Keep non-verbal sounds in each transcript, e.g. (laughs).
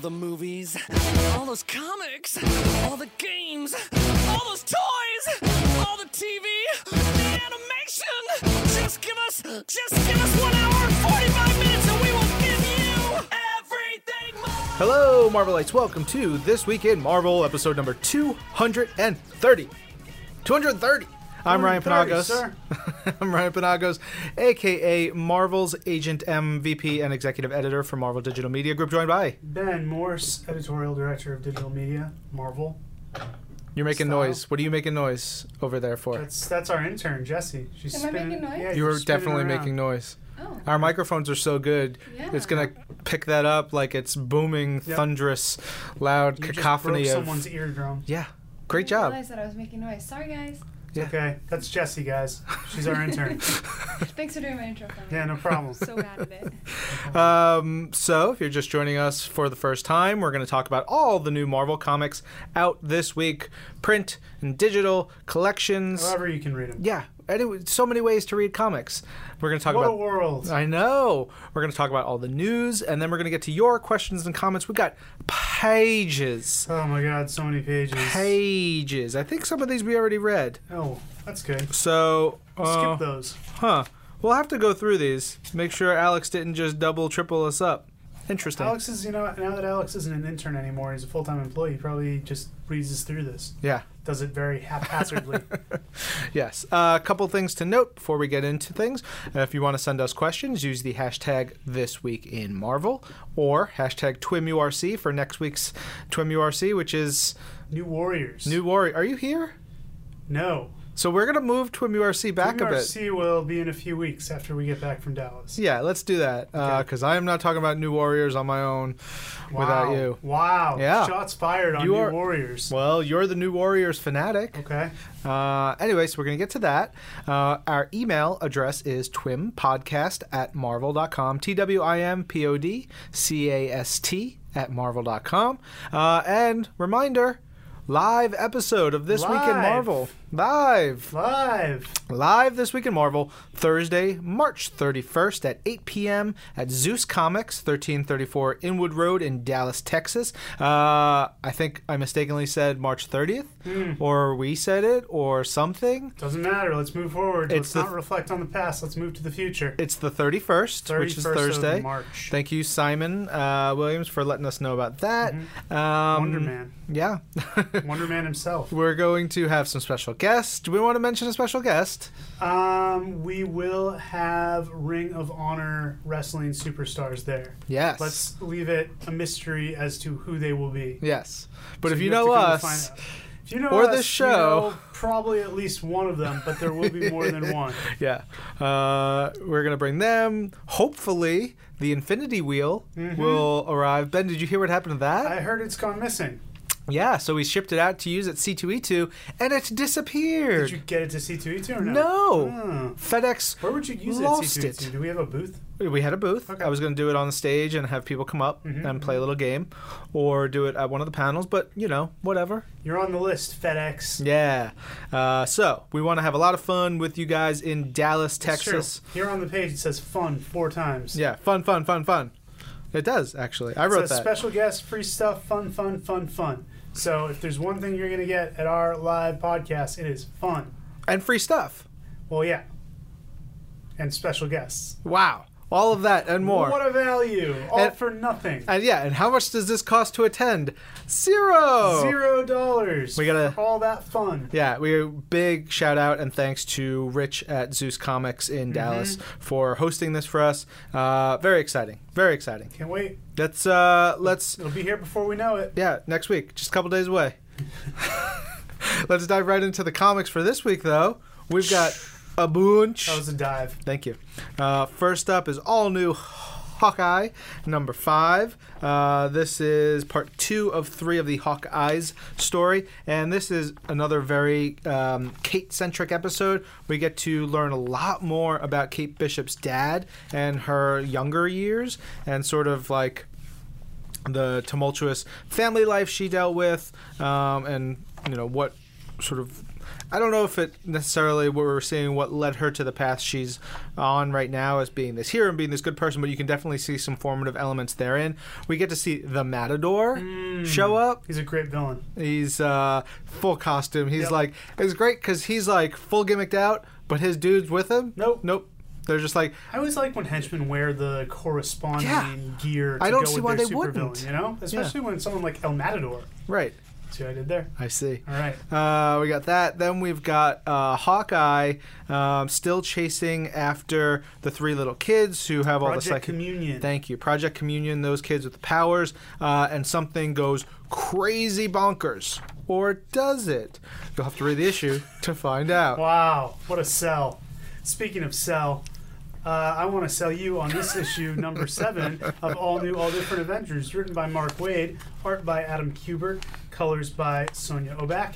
the movies, all those comics, all the games, all those toys, all the TV, the animation. Just give us, just give us one hour and 45 minutes and we will give you everything. Mom. Hello, Marvelites. Welcome to This Week in Marvel, episode number 230. 230. I'm Ryan 230, Panagos. sir. (laughs) I'm Ryan Panagos, aka Marvel's agent, MVP, and executive editor for Marvel Digital Media Group, joined by. Ben Morse, editorial director of digital media, Marvel. You're making Style. noise. What are you making noise over there for? That's that's our intern, Jesse. She's Am I spinning. making noise? Yeah, you were she's spinning definitely around. making noise. Oh, Our microphones are so good, Yeah. it's going to pick that up like it's booming, Yep. thunderous, loud You just cacophony broke of. someone's eardrum. Yeah. Great I job. realized that I was making noise. Sorry, guys. Yeah. Okay, that's Jesse, guys. She's our (laughs) intern. Thanks for doing my intro for me. yeah, no problem. So bad (laughs) at it. Um, so, if you're just joining us for the first time, we're going to talk about all the new Marvel comics out this week print and digital collections. However, you can read them. yeah, anyway, so many ways to read comics. We're going to talk What a about. world! I know. We're going to talk about all the news, and then we're going to get to your questions and comments. We got pages. Oh my God, so many pages. Pages. I think some of these we already read. Oh, that's good. So, uh, Skip those. huh? We'll have to go through these. Make sure Alex didn't just double, triple us up. Interesting. Alex is, you know, now that Alex isn't an intern anymore, he's a full-time employee. He probably just breezes through this. Yeah. Does it (laughs) very haphazardly. Yes. uh, A couple things to note before we get into things. Uh, if you want to send us questions, use the hashtag This Week in Marvel or hashtag TwimURC for next week's TwimURC, which is New Warriors. New Warrior. Are you here? No. So we're going to move TwimURC back a bit. MRC will be in a few weeks after we get back from Dallas. Yeah, let's do that because I am not talking about New Warriors on my own without Wow. you. Wow. Yeah. Shots fired on You New are- Warriors. Well, you're the New Warriors fanatic. Okay. Uh, anyway, so we're going to get to that. Uh, our email address is twimpodcast at marvel.com. T W I M P O D C A S T at marvel.com. Uh, and reminder live episode of This Week in Live. Marvel. Live. Live. Live This Week in Marvel, Thursday, March 31st at 8 p.m. at Zeus Comics, 1334 Inwood Road in Dallas, Texas. Uh, I think I mistakenly said March 30th, or we said it, or something. Hmm. Doesn't matter. Let's move forward. It's Let's the- not reflect on the past. Let's move to the future. It's the 31st, 31st which is of Thursday. March. Thank you, Simon uh, Williams, for letting us know about that. Um, Mm-hmm. (laughs) Wonder Man. Yeah. (laughs) Wonder Man himself. We're going to have some special guests. Do we want to mention a special guest? Um, we will have Ring of Honor wrestling superstars there. Yes. Let's leave it a mystery as to who they will be. Yes. But So if you, have know to come to us. find out. If you know or us, this you show- know probably at least one of them, but there will be more (laughs) than one. Yeah. Uh, we're going to bring them. Hopefully, the Infinity Wheel will arrive. Ben, did you hear what happened to that? Mm-hmm. I heard it's gone missing. yeah, so we shipped it out to use at C2E2 and it disappeared. Did you get it to C2E2 or no? No. Hmm. FedEx Where would you use Lost it? C2E2? it. E Do we have a booth? We had a booth. Okay. Mm-hmm, I was going to do it on the stage and have people come up and play a little game or do it at one of the panels, but you know, whatever. You're on the list, FedEx. Yeah. Uh, so, we want to have a lot of fun with you guys in Dallas, It's true. Texas. Here on the page it says fun four times. Yeah, fun, fun, fun, fun. It does, actually. I It wrote says that. special guest, free stuff, fun, fun, fun, fun. So if there's one thing you're gonna get at our live podcast, it is fun. and free stuff. Well, yeah. And special guests. Wow. All of that and more. What a value! All And- for nothing. and yeah, and how much does this cost to attend? Zero. Zero dollars. Oh. We gotta- for all that fun. Yeah, we big shout out and thanks to Rich at Zeus Comics in Mm-hmm. Dallas for hosting this for us. Uh, very exciting. Very exciting. Can't wait. Let's uh let's It'll be here before we know it. yeah, next week, just a couple days away. (laughs) let's dive right into the comics for this week though. We've got a bunch. That was a dive. Thank you. Uh, first up is all new Hawkeye number five. Uh, this is part two of three of the Hawkeyes story, and this is another very um, Kate centric episode. We get to learn a lot more about Kate Bishop's dad and her younger years, and sort of like the tumultuous family life she dealt with, um, and you know what sort of. I don't know if it necessarily what we're seeing what led her to the path she's on right now as being this hero and being this good person, but you can definitely see some formative elements therein. We get to see the Matador Mm. show up. He's a great villain. He's uh, full costume. He's Yep. like it's great because he's like full gimmicked out, but his dudes with him. Nope. nope. They're just like I always like when henchmen wear the corresponding Yeah. gear. To I don't go see with why their they supervillain, wouldn't. You know, especially when someone like El Matador. right. See what I did there? I see. All right. Uh, we got that. Then we've got uh, Hawkeye um, still chasing after the three little kids who have all the Project psychic. Communion. Thank you, Project Communion. Those kids with the powers, uh, and something goes crazy bonkers, or does it? You'll have to read the issue to find out. Wow, what a sell. Speaking of sell, uh, I want to sell you on this (laughs) issue, number seven of All New, All Different Avengers, written by Mark Wade, art by Adam Kubert, colors by Sonia Obak.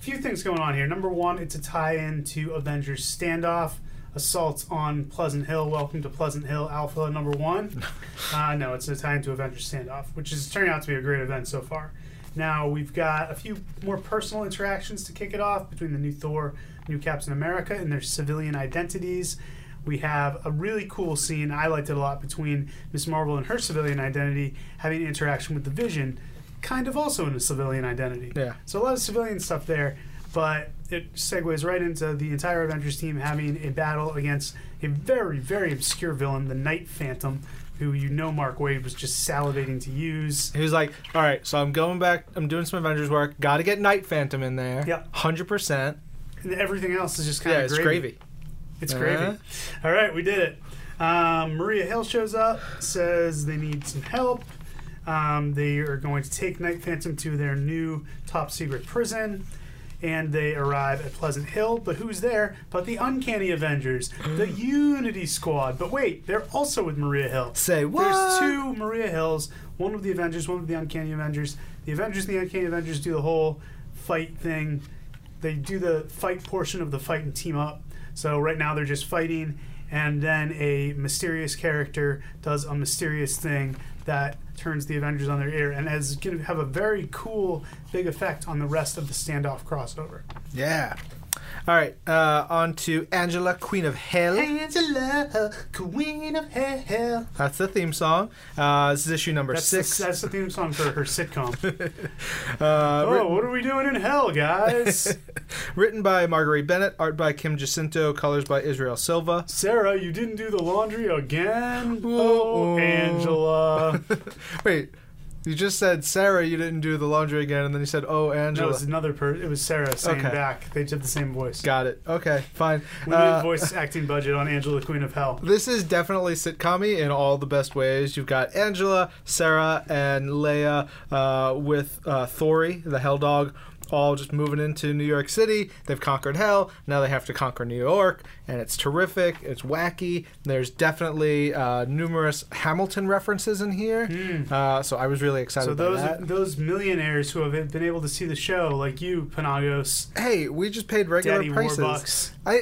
few things going on here. Number one, it's a tie in to Avengers Standoff, Assaults on Pleasant Hill, Welcome to Pleasant Hill, Alpha number one. Uh, no, it's a tie in to Avengers Standoff, which is turning out to be a great event so far. Now we've got a few more personal interactions to kick it off between the new Thor, new Captain America, and their civilian identities. We have a really cool scene. I liked it a lot between Miss Marvel and her civilian identity having interaction with the Vision, kind of also in a civilian identity. Yeah. So a lot of civilian stuff there, but it segues right into the entire Avengers team having a battle against a very, very obscure villain, the Night Phantom, who you know Mark Wade was just salivating to use. He was like, "All right, so I'm going back. I'm doing some Avengers work. Got to get Night Phantom in there. Yep. hundred percent. And everything else is just kind Yeah, of it's gravy. It's Uh-huh. gravy. All right, we did it. Um, Maria Hill shows up, says they need some help. Um, they are going to take Night Phantom to their new top secret prison. And they arrive at Pleasant Hill, but who's there? But the Uncanny Avengers, (gasps) the Unity Squad. But wait, they're also with Maria Hill. Say what? There's two Maria Hills, one with the Avengers, one with the Uncanny Avengers. The Avengers and the Uncanny Avengers do the whole fight thing. They do the fight portion of the fight and team up. So right now they're just fighting, and then a mysterious character does a mysterious thing that turns the Avengers on their ear and is going to have a very cool, big effect on the rest of the standoff crossover. Yeah. All right, uh, on to Angela, Queen of Hell. Angela, Queen of Hell. That's the theme song. Uh, this is issue number That's, six. The, that's the theme song for (laughs) her sitcom. uh, Oh, what are we doing in hell, guys? writ- written by Marguerite Bennett, art by Kim Jacinto, colors by Israel Silva. Sarah, you didn't do the laundry again? Oh, Uh-oh. Angela. (laughs) Wait, you just said Sarah, you didn't do the laundry again, and then you said, "Oh, No, it Angela." was another person. It was Sarah saying Okay. back. They did the same voice. Got it. Okay, fine. we need Uh, voice acting budget on Angela, Queen of Hell. this is definitely sitcom in all the best ways. You've got Angela, Sarah, and Leia uh, with uh, Thori, the Hell Dog, all just moving into New York City. They've conquered Hell. Now they have to conquer New York, and it's terrific. It's wacky. There's definitely uh, numerous Hamilton references in here, uh, so I was really excited. Hmm. So by those that. those millionaires who have been able to see the show, like you, Panagos, hey, we just paid regular Daddy prices. Warbucks. I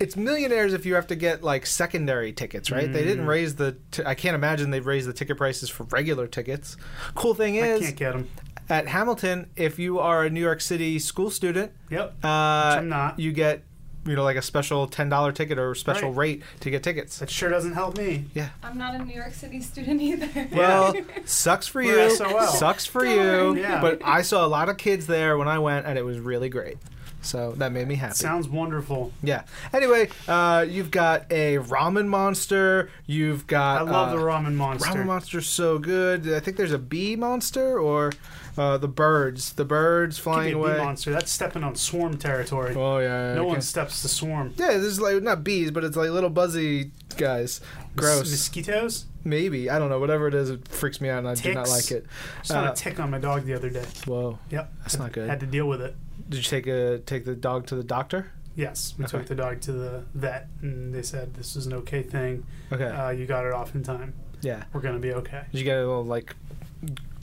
it's millionaires if you have to get like secondary tickets, right? They Mm. didn't raise the. T- I can't imagine they've raised the ticket prices for regular tickets. Cool thing I is can't get them. at Hamilton, if you are a New York City school student, Yep. uh, I'm not. You get you know like a special ten dollar ticket or special rate to get tickets. That sure doesn't help me. I'm not a New York City student either. (laughs) (laughs) Well, sucks for We're you. SOL. Sucks for Darn. you. Yeah. But I saw a lot of kids there when I went, and it was really great. So that made me happy. Sounds wonderful. Yeah. Anyway, uh, you've got a ramen monster. You've got. I love uh, the ramen monster. Ramen monster's so good. I think there's a bee monster or uh, the birds. The birds Could be flying a bee away. monster. That's stepping on swarm territory. Oh yeah. no okay. one steps the swarm. Yeah, this is like not bees, but it's like little buzzy guys. Gross. Mos- mosquitoes. Maybe I don't know. Whatever it is, it freaks me out, and I do not Ticks. like it. Saw Uh, a tick on my dog the other day. Whoa, Yep. that's not good. Had to deal with it. Did you take a take the dog to the doctor? Yes, we took Okay. the dog to the vet, and they said this is an okay thing. Okay. Uh, you got it off in time. yeah. We're gonna be okay. Did you get a little like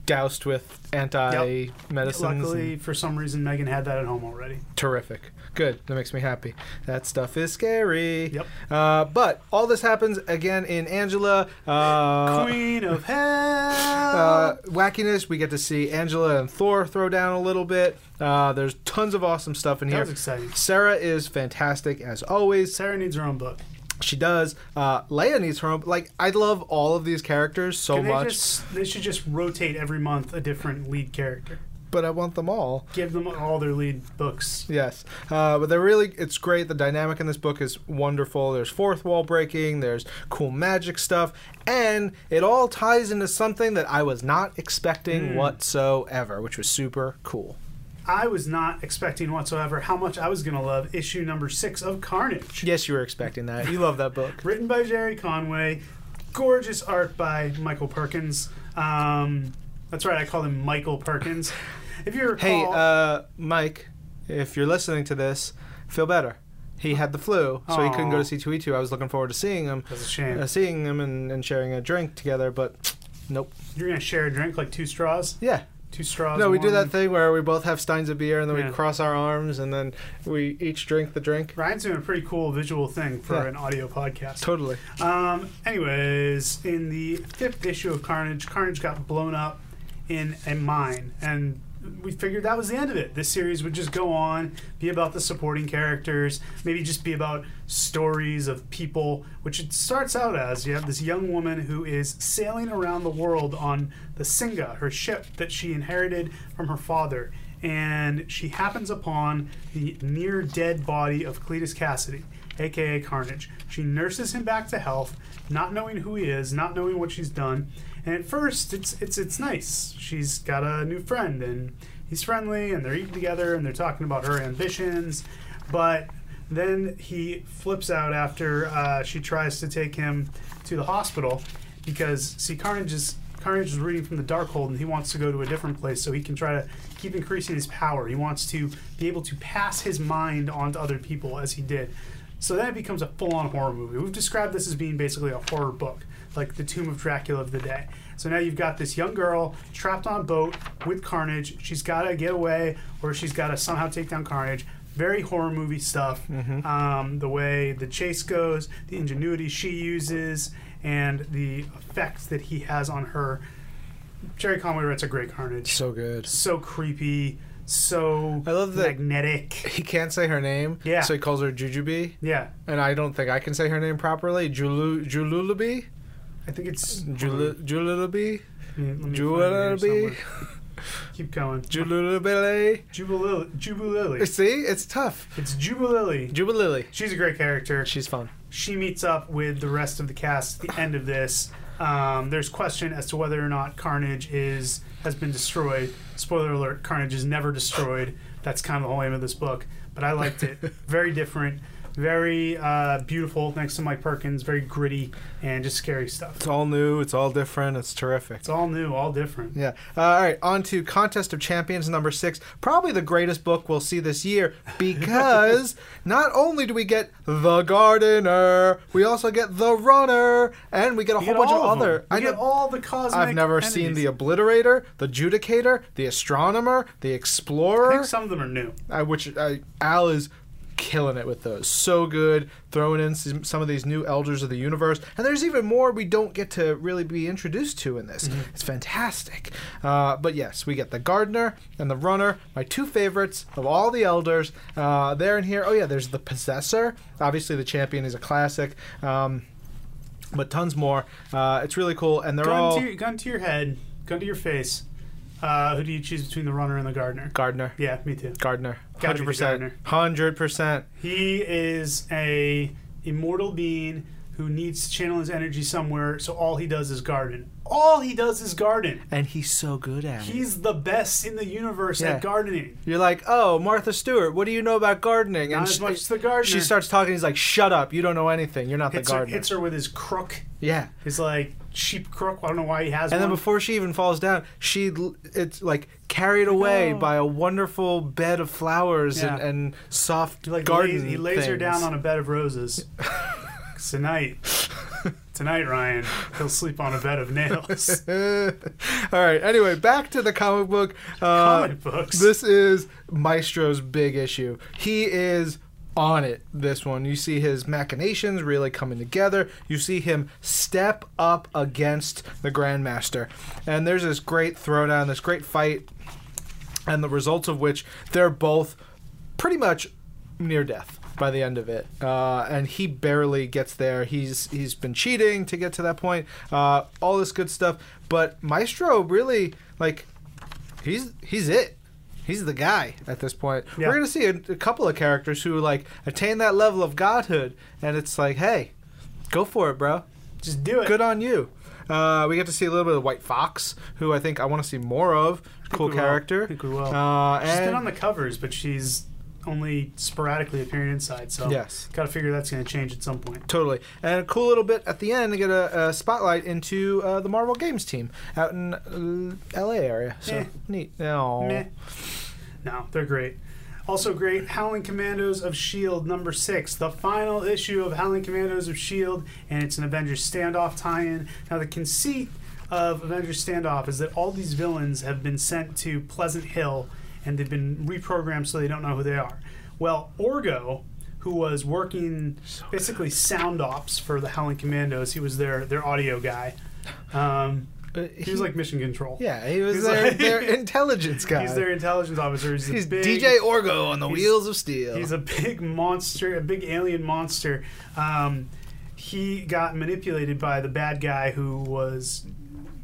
doused with anti medicines. Luckily, for some reason, Megan had that at home already. Terrific. Good. That makes me happy. That stuff is scary. Yep. Uh, but all this happens again in Angela. Uh, Queen of (laughs) Hell. uh, wackiness. We get to see Angela and Thor throw down a little bit. Uh, there's tons of awesome stuff in that here. was exciting. Sarah is fantastic as always. Sarah needs her own book. She does. Uh, Leia needs her own. Like I love all of these characters so Can they much, just they should just rotate every month a different lead character. but I want them all. Give them all their lead books. Yes, uh, but they're really. It's great. The dynamic in this book is wonderful. There's fourth wall breaking. There's cool magic stuff, and it all ties into something that I was not Hmm. expecting whatsoever, which was super cool. I was not expecting whatsoever how much I was going to love issue number six of Carnage. Yes, you were expecting that. You love that (laughs) book. Written by Jerry Conway, gorgeous art by Michael Perkins. Um, that's right, I call him Michael Perkins. If you recall, Hey, uh, Mike, if you're listening to this, feel better. He had the flu, so he couldn't go Aw. to C2E2. I was looking forward to seeing him, that's a shame. uh, seeing him, and, and sharing a drink together. But nope. You're going to share a drink like two straws? Yeah. Two straws. No, we do one- that thing where we both have steins of beer and then Yeah. we cross our arms and then we each drink the drink. Ryan's doing a pretty cool visual thing for Yeah. an audio podcast. Totally. Um, anyways, in the fifth issue of Carnage, Carnage got blown up in a mine, and we figured that was the end of it. This series would just go on, be about the supporting characters, maybe just be about stories of people, which it starts out as. You have this young woman who is sailing around the world on the Singa, her ship that she inherited from her father. And she happens upon the near dead body of Cletus Cassidy aka Carnage. She nurses him back to health, not knowing who he is, not knowing what she's done. And at first, it's it's it's nice. She's got a new friend, and he's friendly, and they're eating together, and they're talking about her ambitions. But then he flips out after uh, she tries to take him to the hospital because see, Carnage is. Carnage is reading from the Darkhold, and he wants to go to a different place so he can try to keep increasing his power. He wants to be able to pass his mind on to other people as he did. So then it becomes a full-on horror movie. We've described this as being basically a horror book, like the Tomb of Dracula of the day. So now you've got this young girl trapped on a boat with Carnage. She's got to get away, or she's got to somehow take down Carnage. Very horror movie stuff. Mm-hmm. Um, the way the chase goes, the ingenuity she uses, and the effects that he has on her. Jerry Conway writes a great Carnage. So good. So creepy. So I love that- magnetic. He can't say her name, Yeah. so he calls her Jujubee. Yeah, And I don't think I can say her name properly. Julu- Jululubee? I think it's Julu- Jululubee? Let me- let me find it here Jululubee? somewhere. Keep going. Jululubee? Jubilili. Jubilili. See? It's tough. It's Jubilili. Jubilily. She's a great character. She's fun. She meets up with the rest of the cast at the end of this. Um, there's question as to whether or not Carnage is has been destroyed. Spoiler alert: Carnage is never destroyed. That's kind of the whole aim of this book. But I (laughs) liked it. Very different. Very uh, beautiful. Thanks to Mike Perkins. Very gritty and just scary stuff. It's all new. It's all different. It's terrific. It's all new, all different. Yeah. Uh, all right. On to Contest of Champions number six. Probably the greatest book we'll see this year because (laughs) not only do we get The Gardener, we also get The Runner, and we get a You whole get bunch of all other. them. You I get know- all the cosmic. I've never seen entities. The Obliterator, The Judicator, The Astronomer, The Explorer. I think some of them are new. I, which I, Al is killing it with those. So good, throwing in some, some of these new elders of the universe, and there's even more we don't get to really be introduced to in this. Mm-hmm. It's fantastic. Uh, but yes, we get the gardener and the runner, my two favorites of all the elders. Uh, there and here. Oh yeah, there's the possessor. Obviously, the champion is a classic. Um, but tons more. Uh, it's really cool, and they're Gun, all to your, gun to your head, gun to your face. Uh, who do you choose between the runner and the gardener? gardener. Yeah, me too. Gardener, Gotta be hundred the percent, gardener. hundred percent. He is a immortal being who needs to channel his energy somewhere, so all he does is garden. All he does is garden. And he's so good at it. He's the best in the universe Yeah. at gardening. You're like, oh, Martha Stewart, what do you know about gardening? Not as much as the gardener. She starts talking. He's like, shut up. You don't know anything. You're not the hits her, gardener. hits her with his crook. yeah. His like sheep crook. I don't know why he has And then one. before she even falls down, she l- it's like carried away know. then by a wonderful bed of flowers Yeah. and, and soft he, like, garden. lays, he lays her (laughs) things. down on a bed of roses. It's a night. It's tonight, Ryan, he'll sleep on a bed (laughs) of nails. All right. Anyway, back to the comic book. Uh, Comic books. This is Maestro's big issue. He is on it this one. You see his machinations really coming together. You see him step up against the Grandmaster. And there's this great throwdown, this great fight, and the results of which they're both pretty much near death by the end of it. Uh, and he barely gets there. He's he's been cheating to get to that point. Uh, all this good stuff, but Maestro really like he's he's it. He's the guy at this point. Yeah. We're gonna see a, a couple of characters who like attain that level of godhood, and it's like, hey, go for it, bro Just do it. good on you. Uh, we get to see a little bit of White Fox, who I think I want to see more of. Cool we will. character. I think we will. Uh, She's been and- on the covers, but she's only sporadically appearing inside. So Yes. got to figure that's going to change at some point. Totally. And a cool little bit at the end to get a, a spotlight into uh, the Marvel Games team out in uh, LA area. So Eh. neat. Aw. Uh, Meh. No, they're great. Also great, Howling Commandos of S.H.I.E.L.D. E number six, the final issue of Howling Commandos of S.H.I.E.L.D., E and it's an Avengers standoff tie in. Now, the conceit of Avengers standoff is that all these villains have been sent to Pleasant Hill and they've been reprogrammed so they don't know who they are. Well, Orgo, who was working basically sound ops for the Howling Commandos, he was their, their audio guy. Um, Uh, he was like mission control. Yeah, he was He's their, like- (laughs) their intelligence guy. He's their intelligence officer. He's, a He's big, DJ Orgo on the he's- wheels of steel. He's a big monster, a big alien monster. Um, he got manipulated by the bad guy who was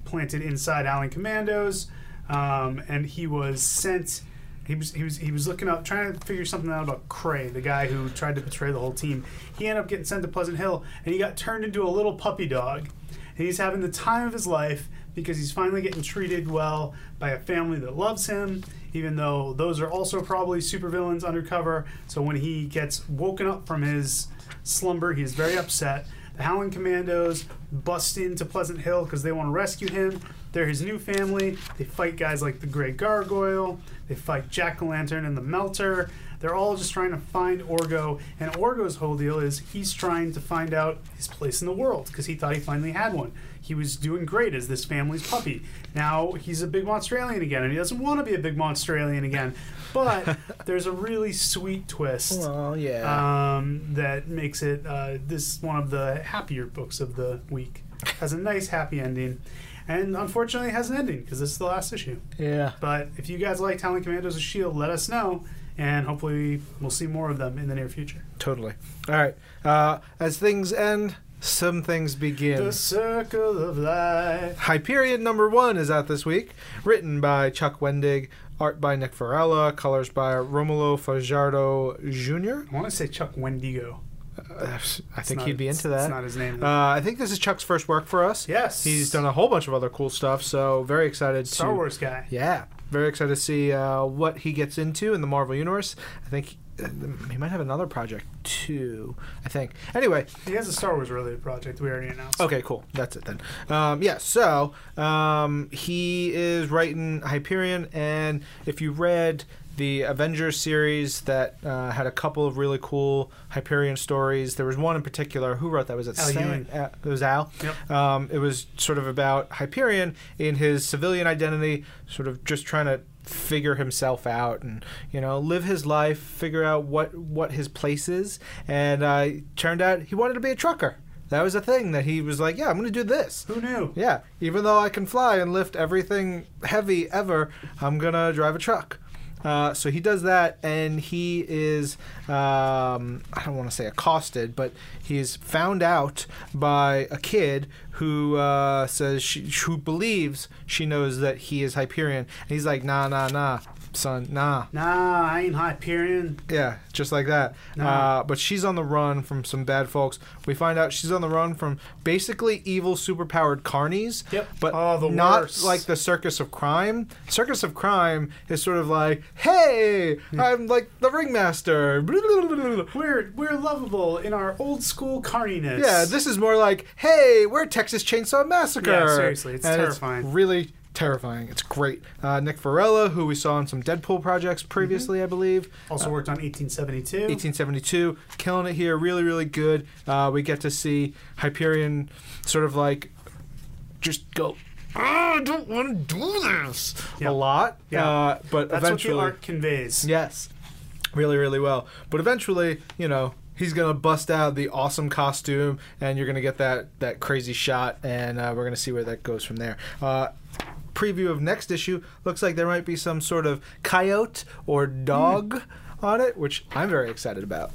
planted inside Allen Commandos, um, and he was sent. He was, he was he was looking up, trying to figure something out about Cray, the guy who tried to betray the whole team. He ended up getting sent to Pleasant Hill, and he got turned into a little puppy dog. And he's having the time of his life because he's finally getting treated well by a family that loves him, even though those are also probably supervillains undercover. So when he gets woken up from his slumber, he's very upset. The Howling Commandos bust into Pleasant Hill because they want to rescue him. They're his new family. They fight guys like the Grey Gargoyle. They fight Jack o' Lantern and the Melter. They're all just trying to find Orgo. And Orgo's whole deal is he's trying to find out his place in the world because he thought he finally had one. He was doing great as this family's puppy. Now he's a big monster alien again, and he doesn't want to be a big monster alien again. But there's a really sweet twist oh, yeah. um, that makes it uh, this one of the happier books of the week. Has a nice happy ending, and unfortunately has an ending because this is the last issue. yeah. But if you guys like Talon Commandos of Shield, E let us know, and hopefully we'll see more of them in the near future. Totally. All right. Uh, as things end, some things begin. The circle of life. Hyperion number one is out this week, written by Chuck Wendig, art by Nick Varela, colors by Romulo Fajardo Jr. I want to say Chuck Wendigo. Uh, I It's think not- he'd be into it's- that. It's not his name. Uh, though. I think this is Chuck's first work for us. yes, He's done a whole bunch of other cool stuff, so very excited Star to. Wars guy. Yeah, very excited to see uh, what he gets into in the Marvel Universe. I think uh, he might have another project too. I think. Anyway, He has a Star Wars related project we already announced. Okay, cool. That's it then. Um, yeah, so um, he is writing Hyperion, and if you read the Avengers series that uh, had a couple of really cool Hyperion stories, there was one in particular. Who wrote that? Was it Al Sam- Ewing. uh, it was Al. Yep. Um, it was sort of about Hyperion in his civilian identity, sort of just trying to figure himself out and you know live his life, figure out what what his place is. And uh, turned out he wanted to be a trucker. That was a thing that he was like, yeah, I'm going to do this. Who knew? Yeah, even though I can fly and lift everything heavy ever, I'm gonna drive a truck. Uh, so he does that, and he is, um, I don't want to say accosted, but he's found out by a kid who uh, says, she, who believes she knows that he is Hyperion. And he's like, nah, nah, nah, son, nah. Nah, I ain't Hyperion. Yeah, just like that. No. Uh, but she's on the run from some bad folks. We find out she's on the run from basically evil, superpowered carnies. Yep. But Oh, the not worst. like the Circus of Crime. Circus of Crime is sort of like, hey, Hmm. I'm like the ringmaster. We're we're lovable in our old school carniness. Yeah, this is more like, hey, we're Texas Chainsaw Massacre. Yeah, seriously, it's And terrifying. really terrifying. It's great. Uh, Nick Varela, who we saw in some Deadpool projects previously, Mm-hmm. I believe. Also worked on 1872. 1872, killing it here, really, really good. Uh, we get to see Hyperion sort of like just go, "Ah, I don't want to do this a Yeah. lot. Yeah. Uh, but That's eventually, what the art conveys. yes, really, really well. But eventually, you know, he's gonna bust out the awesome costume, and you're gonna get that that crazy shot, and uh, we're gonna see where that goes from there. Uh, preview of next issue looks like there might be some sort of coyote or dog. Hmm. On it, which I'm very excited about.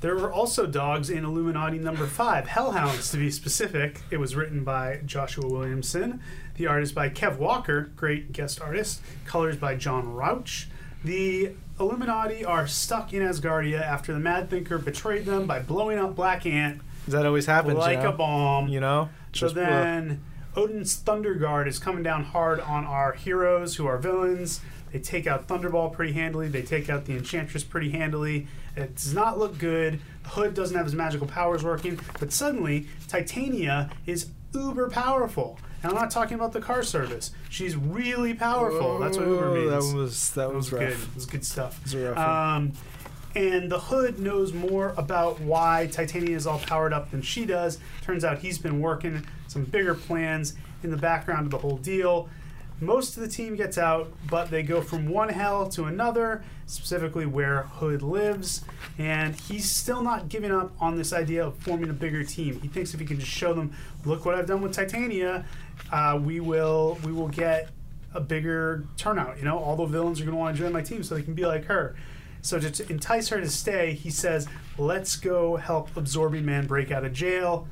There were also dogs in Illuminati number five, Hellhounds to be specific. It was written by Joshua Williamson. The art is by Kev Walker, great guest artist. Colors by John Rauch. The Illuminati are stuck in Asgardia after the Mad Thinker betrayed them by blowing up Black Ant That always happens. you like know? a bomb. you know. So Just, uh, then Odin's Thunder Guard is coming down hard on our heroes who are villains. They take out Thunderball pretty handily. They take out the Enchantress pretty handily. It does not look good. Hood doesn't have his magical powers working. But suddenly, Titania is uber powerful. And I'm not talking about the car service. She's really powerful. That's what uber Whoa, means. Oh, That was that, was, It was rough. good. It was good stuff. was a rough one. um, and the Hood knows more about why Titania is all powered up than she does. Turns out he's been working some bigger plans in the background of the whole deal. Most of the team gets out, but they go from one hell to another, specifically where Hood lives. And he's still not giving up on this idea of forming a bigger team. He thinks if he can just show them, look what I've done with Titania, uh, we will we will get a bigger turnout. You know, all the villains are going to want to join my team so they can be like her. So to, to entice her to stay, he says, "Let's go help Absorbing Man break out of jail."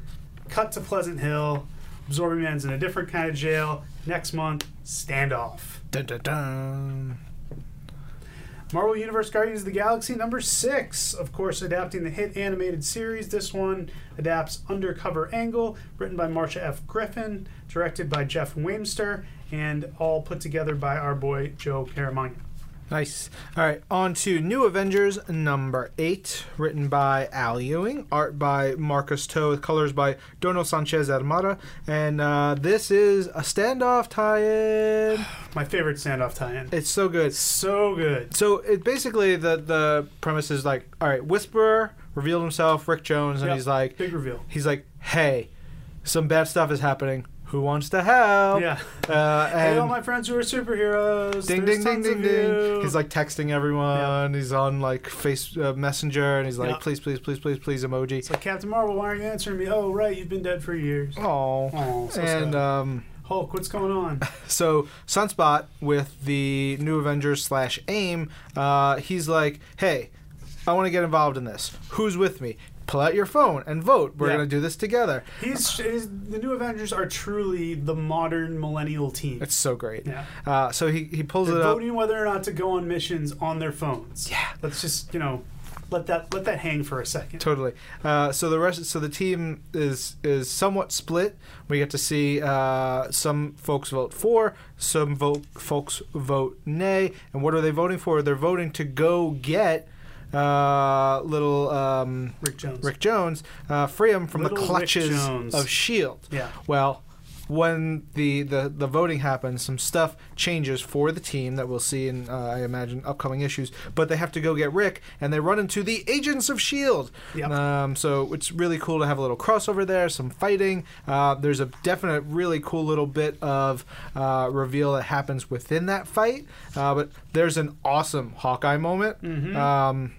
Cut to Pleasant Hill. Absorbing Man's in a different kind of jail. Next month, standoff. Dun, dun, dun. Marvel Universe Guardians of the Galaxy number six, of course, adapting the hit animated series. This one adapts Undercover Angle, written by Marsha F. Griffin, directed by Jeff Wamster, and all put together by our boy Joe Caramagna. Nice. All right, on to New Avengers number eight, written by Al Ewing, art by Marcus Toe, with colors by Dono Sanchez Armada, and uh, this is a standoff (sighs) tie-in. My favorite standoff tie-in. It's so good. so good. So it basically the the premise is like, all right, Whisperer revealed himself, Rick Jones, and Yep. he's like, Big reveal. he's like, hey, some bad stuff is happening. Who wants to help? Yeah. Uh, and hey, all my friends who are superheroes. ding There's ding ding tons ding of ding. you. He's like texting everyone. He's on like face uh, messenger, and he's like, Yeah. please, please, please, please, please, emoji. It's like Captain Marvel. Why aren't you answering me? Oh, right, you've been dead for years. Oh. Oh, so and sad. um, Hulk, what's going (laughs) on? so Sunspot with the New Avengers slash AIM, uh, he's like, hey, I want to get involved in this. Who's with me? Pull out your phone and vote. We're Yeah. gonna do this together. He's, he's the new Avengers are truly the modern millennial team. It's so great. Yeah. Uh, so he he pulls They're it up. voting whether or not to go on missions on their phones. Yeah. Let's just you know, let that let that hang for a (laughs) second. Totally. Uh, so the rest, so the team is is somewhat split. We get to see uh, some folks vote for, some vote folks vote nay, and what are they voting for? They're voting to go get uh, little um, Rick Jones. Rick Jones, uh, free him from the Little Rick clutches Jones. of Shield. Yeah. E Well, when the, the, the voting happens, some stuff changes for the team that we'll see in, uh, I imagine, upcoming issues. But they have to go get Rick, and they run into the Agents of S.H.I.E.L.D. Yep. E Um, so it's really cool to have a little crossover there, some fighting. Uh, there's a definite, really cool little bit of uh, reveal that happens within that fight. Uh, but there's an awesome Hawkeye moment. Mm-hmm. Um,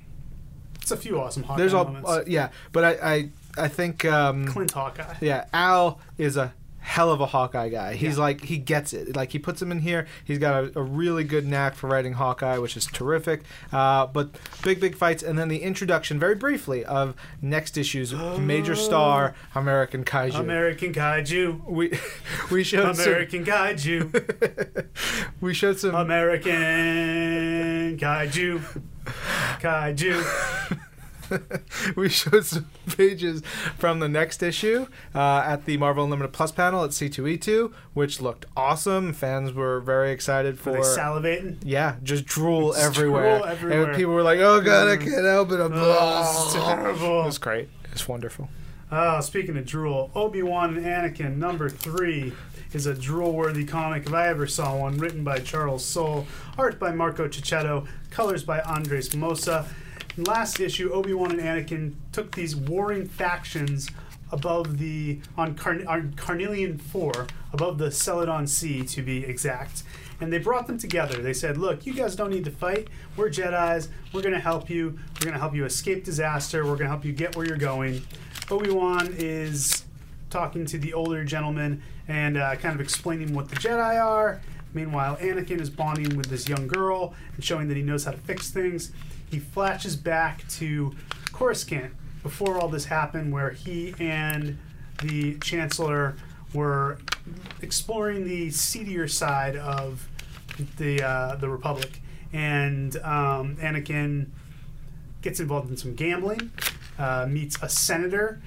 It's a few awesome Hawkeye there's all, moments. uh, yeah. But I, I, I think. Um, Clint Hawkeye. yeah, Al is a hell of a Hawkeye guy. He's Yeah. like he gets it. Like he puts him in here. He's got a, a really good knack for writing Hawkeye, which is terrific. Uh, but big big fights, and then the introduction, very briefly, of next issue's major (gasps) star, American Kaiju. American Kaiju. we (laughs) we showed some, American Kaiju. we showed some American Kaiju. Kaiju. (laughs) we showed some pages from the next issue uh, at the Marvel Unlimited Plus panel at C2E2, which looked awesome. Fans were very excited for Were they salivating? Yeah, just drool Just everywhere. drool everywhere. And people were like, "Oh god, I can't help it." I'm Oh, it's It terrible. was great. It's wonderful. Ah, Oh, speaking of drool, Obi Wan and Anakin, number three. is a drool-worthy comic if I ever saw one. Written by Charles Soule, art by Marco Cicchetto, colors by Andres Mosa. In last issue, Obi Wan and Anakin took these warring factions above the on, Carn- on Carnelian Four, above the Celadon Sea to be exact. And they brought them together. They said, "Look, you guys don't need to fight. We're Jedi's. We're going to help you. We're going to help you escape disaster. We're going to help you get where you're going." Obi Wan is talking to the older gentleman and uh, kind of explaining what the Jedi are. Meanwhile, Anakin is bonding with this young girl and showing that he knows how to fix things. He flashes back to Coruscant before all this happened, where he and the Chancellor were exploring the seedier side of the uh, the Republic, and um, Anakin gets involved in some gambling, uh, meets a senator,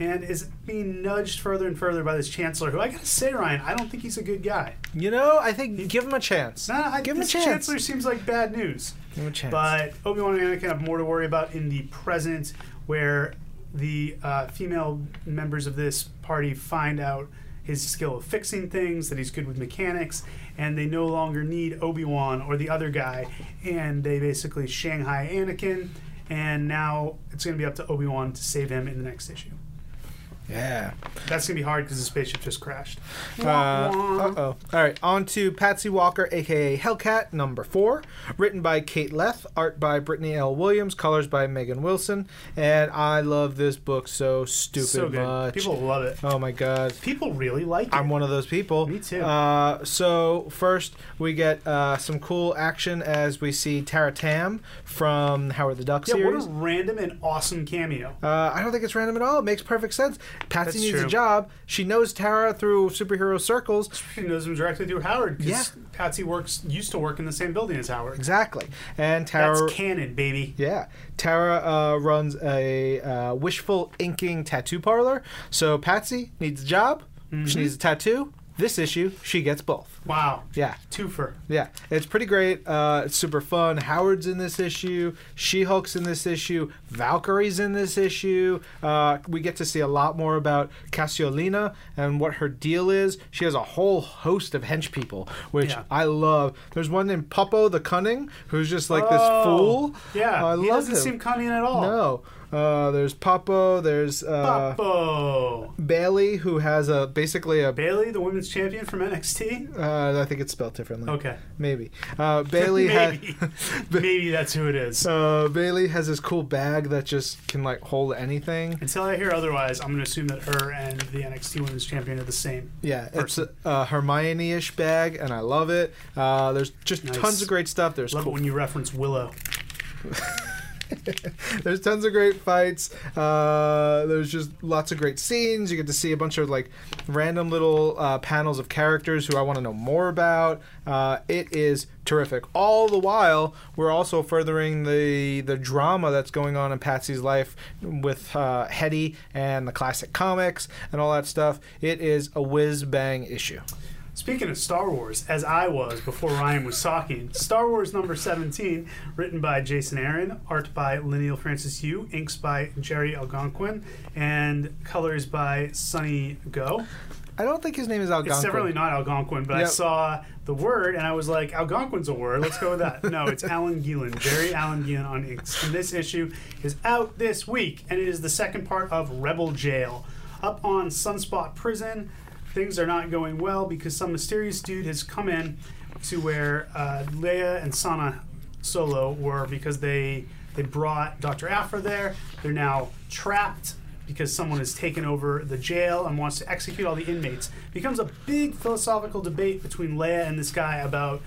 and is being nudged further and further by this chancellor, who I gotta say, Ryan, I don't think he's a good guy. You know, I think give him a chance. Nah, I, give him a this chance. chancellor seems like bad news. Give him a chance. But Obi Wan and Anakin have more to worry about in the present, where the uh, female members of this party find out his skill of fixing things, that he's good with mechanics, and they no longer need Obi Wan or the other guy, and they basically Shanghai Anakin, and now it's going to be up to Obi Wan to save him in the next issue. yeah. That's going to be hard because the spaceship just crashed. Uh oh. All right, on to Patsy Walker, aka Hellcat, number four. Written by Kate Leth, art by Brittany L. Williams, colors by Megan Wilson. And I love this book so stupid So good. much. People love it. oh my god. People really like it. I'm one of those people. Me too. Uh, so first, we get uh, some cool action as we see Tara Tam from Howard the Duck yeah, series. what a random and awesome cameo. Uh, I don't think it's random at all. It makes perfect sense. Patsy That's needs a true. job. She knows Tara through superhero circles. She knows him directly through Howard because Yeah. Patsy works used to work in the same building as Howard. Exactly. And Tara. That's canon, baby. Yeah, Tara uh, runs a uh, wishful inking tattoo parlor. So Patsy needs a job. Mm-hmm. She needs a tattoo. This issue, she gets both. Wow. Yeah, Twofer. yeah, it's pretty great. Uh, it's super fun. Howard's in this issue. She Hulk's in this issue. Valkyrie's in this issue. Uh, we get to see a lot more about Cassiolina and what her deal is. She has a whole host of hench people, which Yeah. I love. There's one named Puppo the Cunning, who's just like Oh, this fool. Yeah. I he love doesn't him. seem cunning at all. No. Uh, there's Papo. There's uh, Boppo. Bailey, who has a basically a. Bailey, the women's champion from NXT. Uh, I think it's spelled differently. Okay. Maybe. Uh, (laughs) (laughs) Bailey has. Maybe. Maybe that's who it is. (laughs) Uh, Bailey has this cool bag that just can like hold anything. Until I hear otherwise, I'm going to assume that her and the NXT women's champion are the same. Yeah, it's a, a Hermione-ish bag, and I love it. Uh, there's just Nice. tons of great stuff. There's Love cool it when you reference Willow. there's tons of great fights. Uh, there's just lots of great scenes. You get to see a bunch of like random little uh, panels of characters who I want to know more about. Uh, it is terrific. All the while, we're also furthering the the drama that's going on in Patsy's life with uh, Hetty and the classic comics and all that stuff. It is a whiz bang issue. Speaking of Star Wars, as I was before Ryan was talking, Star Wars number 17, written by Jason Aaron, art by Lineal Francis Yu, inks by Jerry Algonquin, and colors by Sonny Go. I don't think his name is It's definitely Algonquin. not Algonquin, but I Yep. saw the word and I was like, Algonquin's a word. Let's go with that. no, it's Alan (laughs) Gielan, Jerry Alan Gielan on inks. And this issue is out this week, and it is the second part of Rebel Jail. Up on Sunspot Prison, things are not going well because some mysterious dude has come in to where uh, Leia and Sana Solo were because they they brought Dr. Afra there. They're now trapped because someone has taken over the jail and wants to execute all the inmates. Becomes a big philosophical debate between Leia and this guy about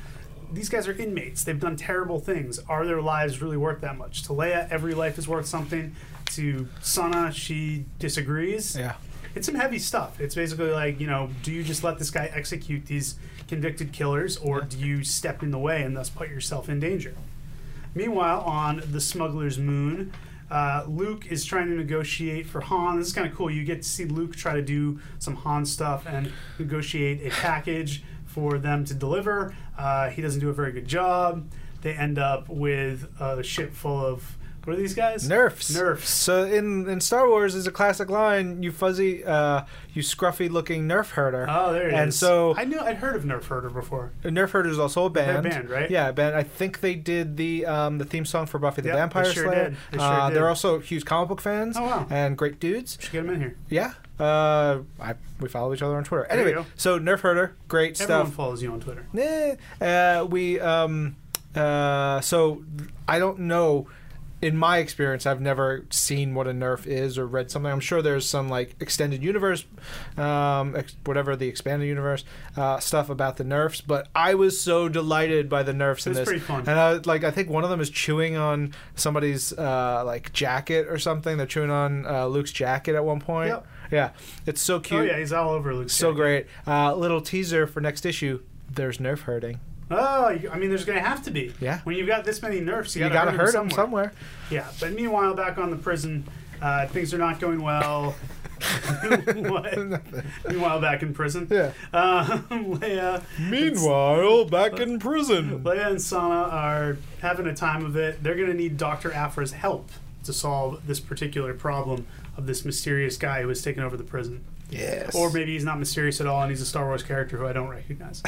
these guys are inmates. They've done terrible things. Are their lives really worth that much? To Leia, every life is worth something. To Sana, she disagrees Yeah. it's some heavy stuff. It's basically like, you know, do you just let this guy execute these convicted killers or do you step in the way and thus put yourself in danger? Meanwhile, on the smuggler's moon, uh, Luke is trying to negotiate for Han. This is kind of cool. You get to see Luke try to do some Han stuff and negotiate a package for them to deliver. Uh, he doesn't do a very good job. They end up with a uh, ship full of What are these guys? Nerfs. Nerfs. So in, in Star Wars is a classic line, you fuzzy, uh, you scruffy looking Nerf herder. Oh, there it is. and so I knew I'd heard of Nerf herder before. Nerf herder is also a band. band, right? Yeah, a band. I think they did the um, the theme song for Buffy the Yep, they Vampire sure Slayer. did. They sure uh, did. They're also huge comic book fans. Oh, wow. And great dudes. Should get him in here. Yeah. Uh, I, we follow each other on Twitter. you Anyway, go. so Nerf herder, great Everyone stuff. follows you on Twitter. Nah, uh, we um, uh, so I don't know. In my experience, I've never seen what a nerf is or read something. I'm sure there's some like extended universe, um, ex- whatever the expanded universe uh, stuff about the nerfs. But I was so delighted by the nerfs in It's this, pretty fun. and I, like I think one of them is chewing on somebody's uh, like jacket or something. They're chewing on uh, Luke's jacket at one point. Yep. Yeah, it's so cute, Oh yeah, he's all over Luke. so Skywalker. great. Uh, little teaser for next issue. There's nerf hurting. Oh, you- I mean, there's gonna have to be. Yeah. When you've got this many Nerfs, you, you gotta, gotta hurt them him somewhere. Yeah. But meanwhile, back on the prison, uh, things are not (laughs) going well. (laughs) what? Meanwhile, back in prison. Yeah. Um, (laughs) Leia, Meanwhile, back in (laughs) prison. Leia and Sana are having a time of it. They're going to need Dr. Afra's help to solve this particular problem of this mysterious guy who has taken over the prison. Yes. Or maybe he's not mysterious at all and he's a Star Wars character who I (laughs) don't recognize.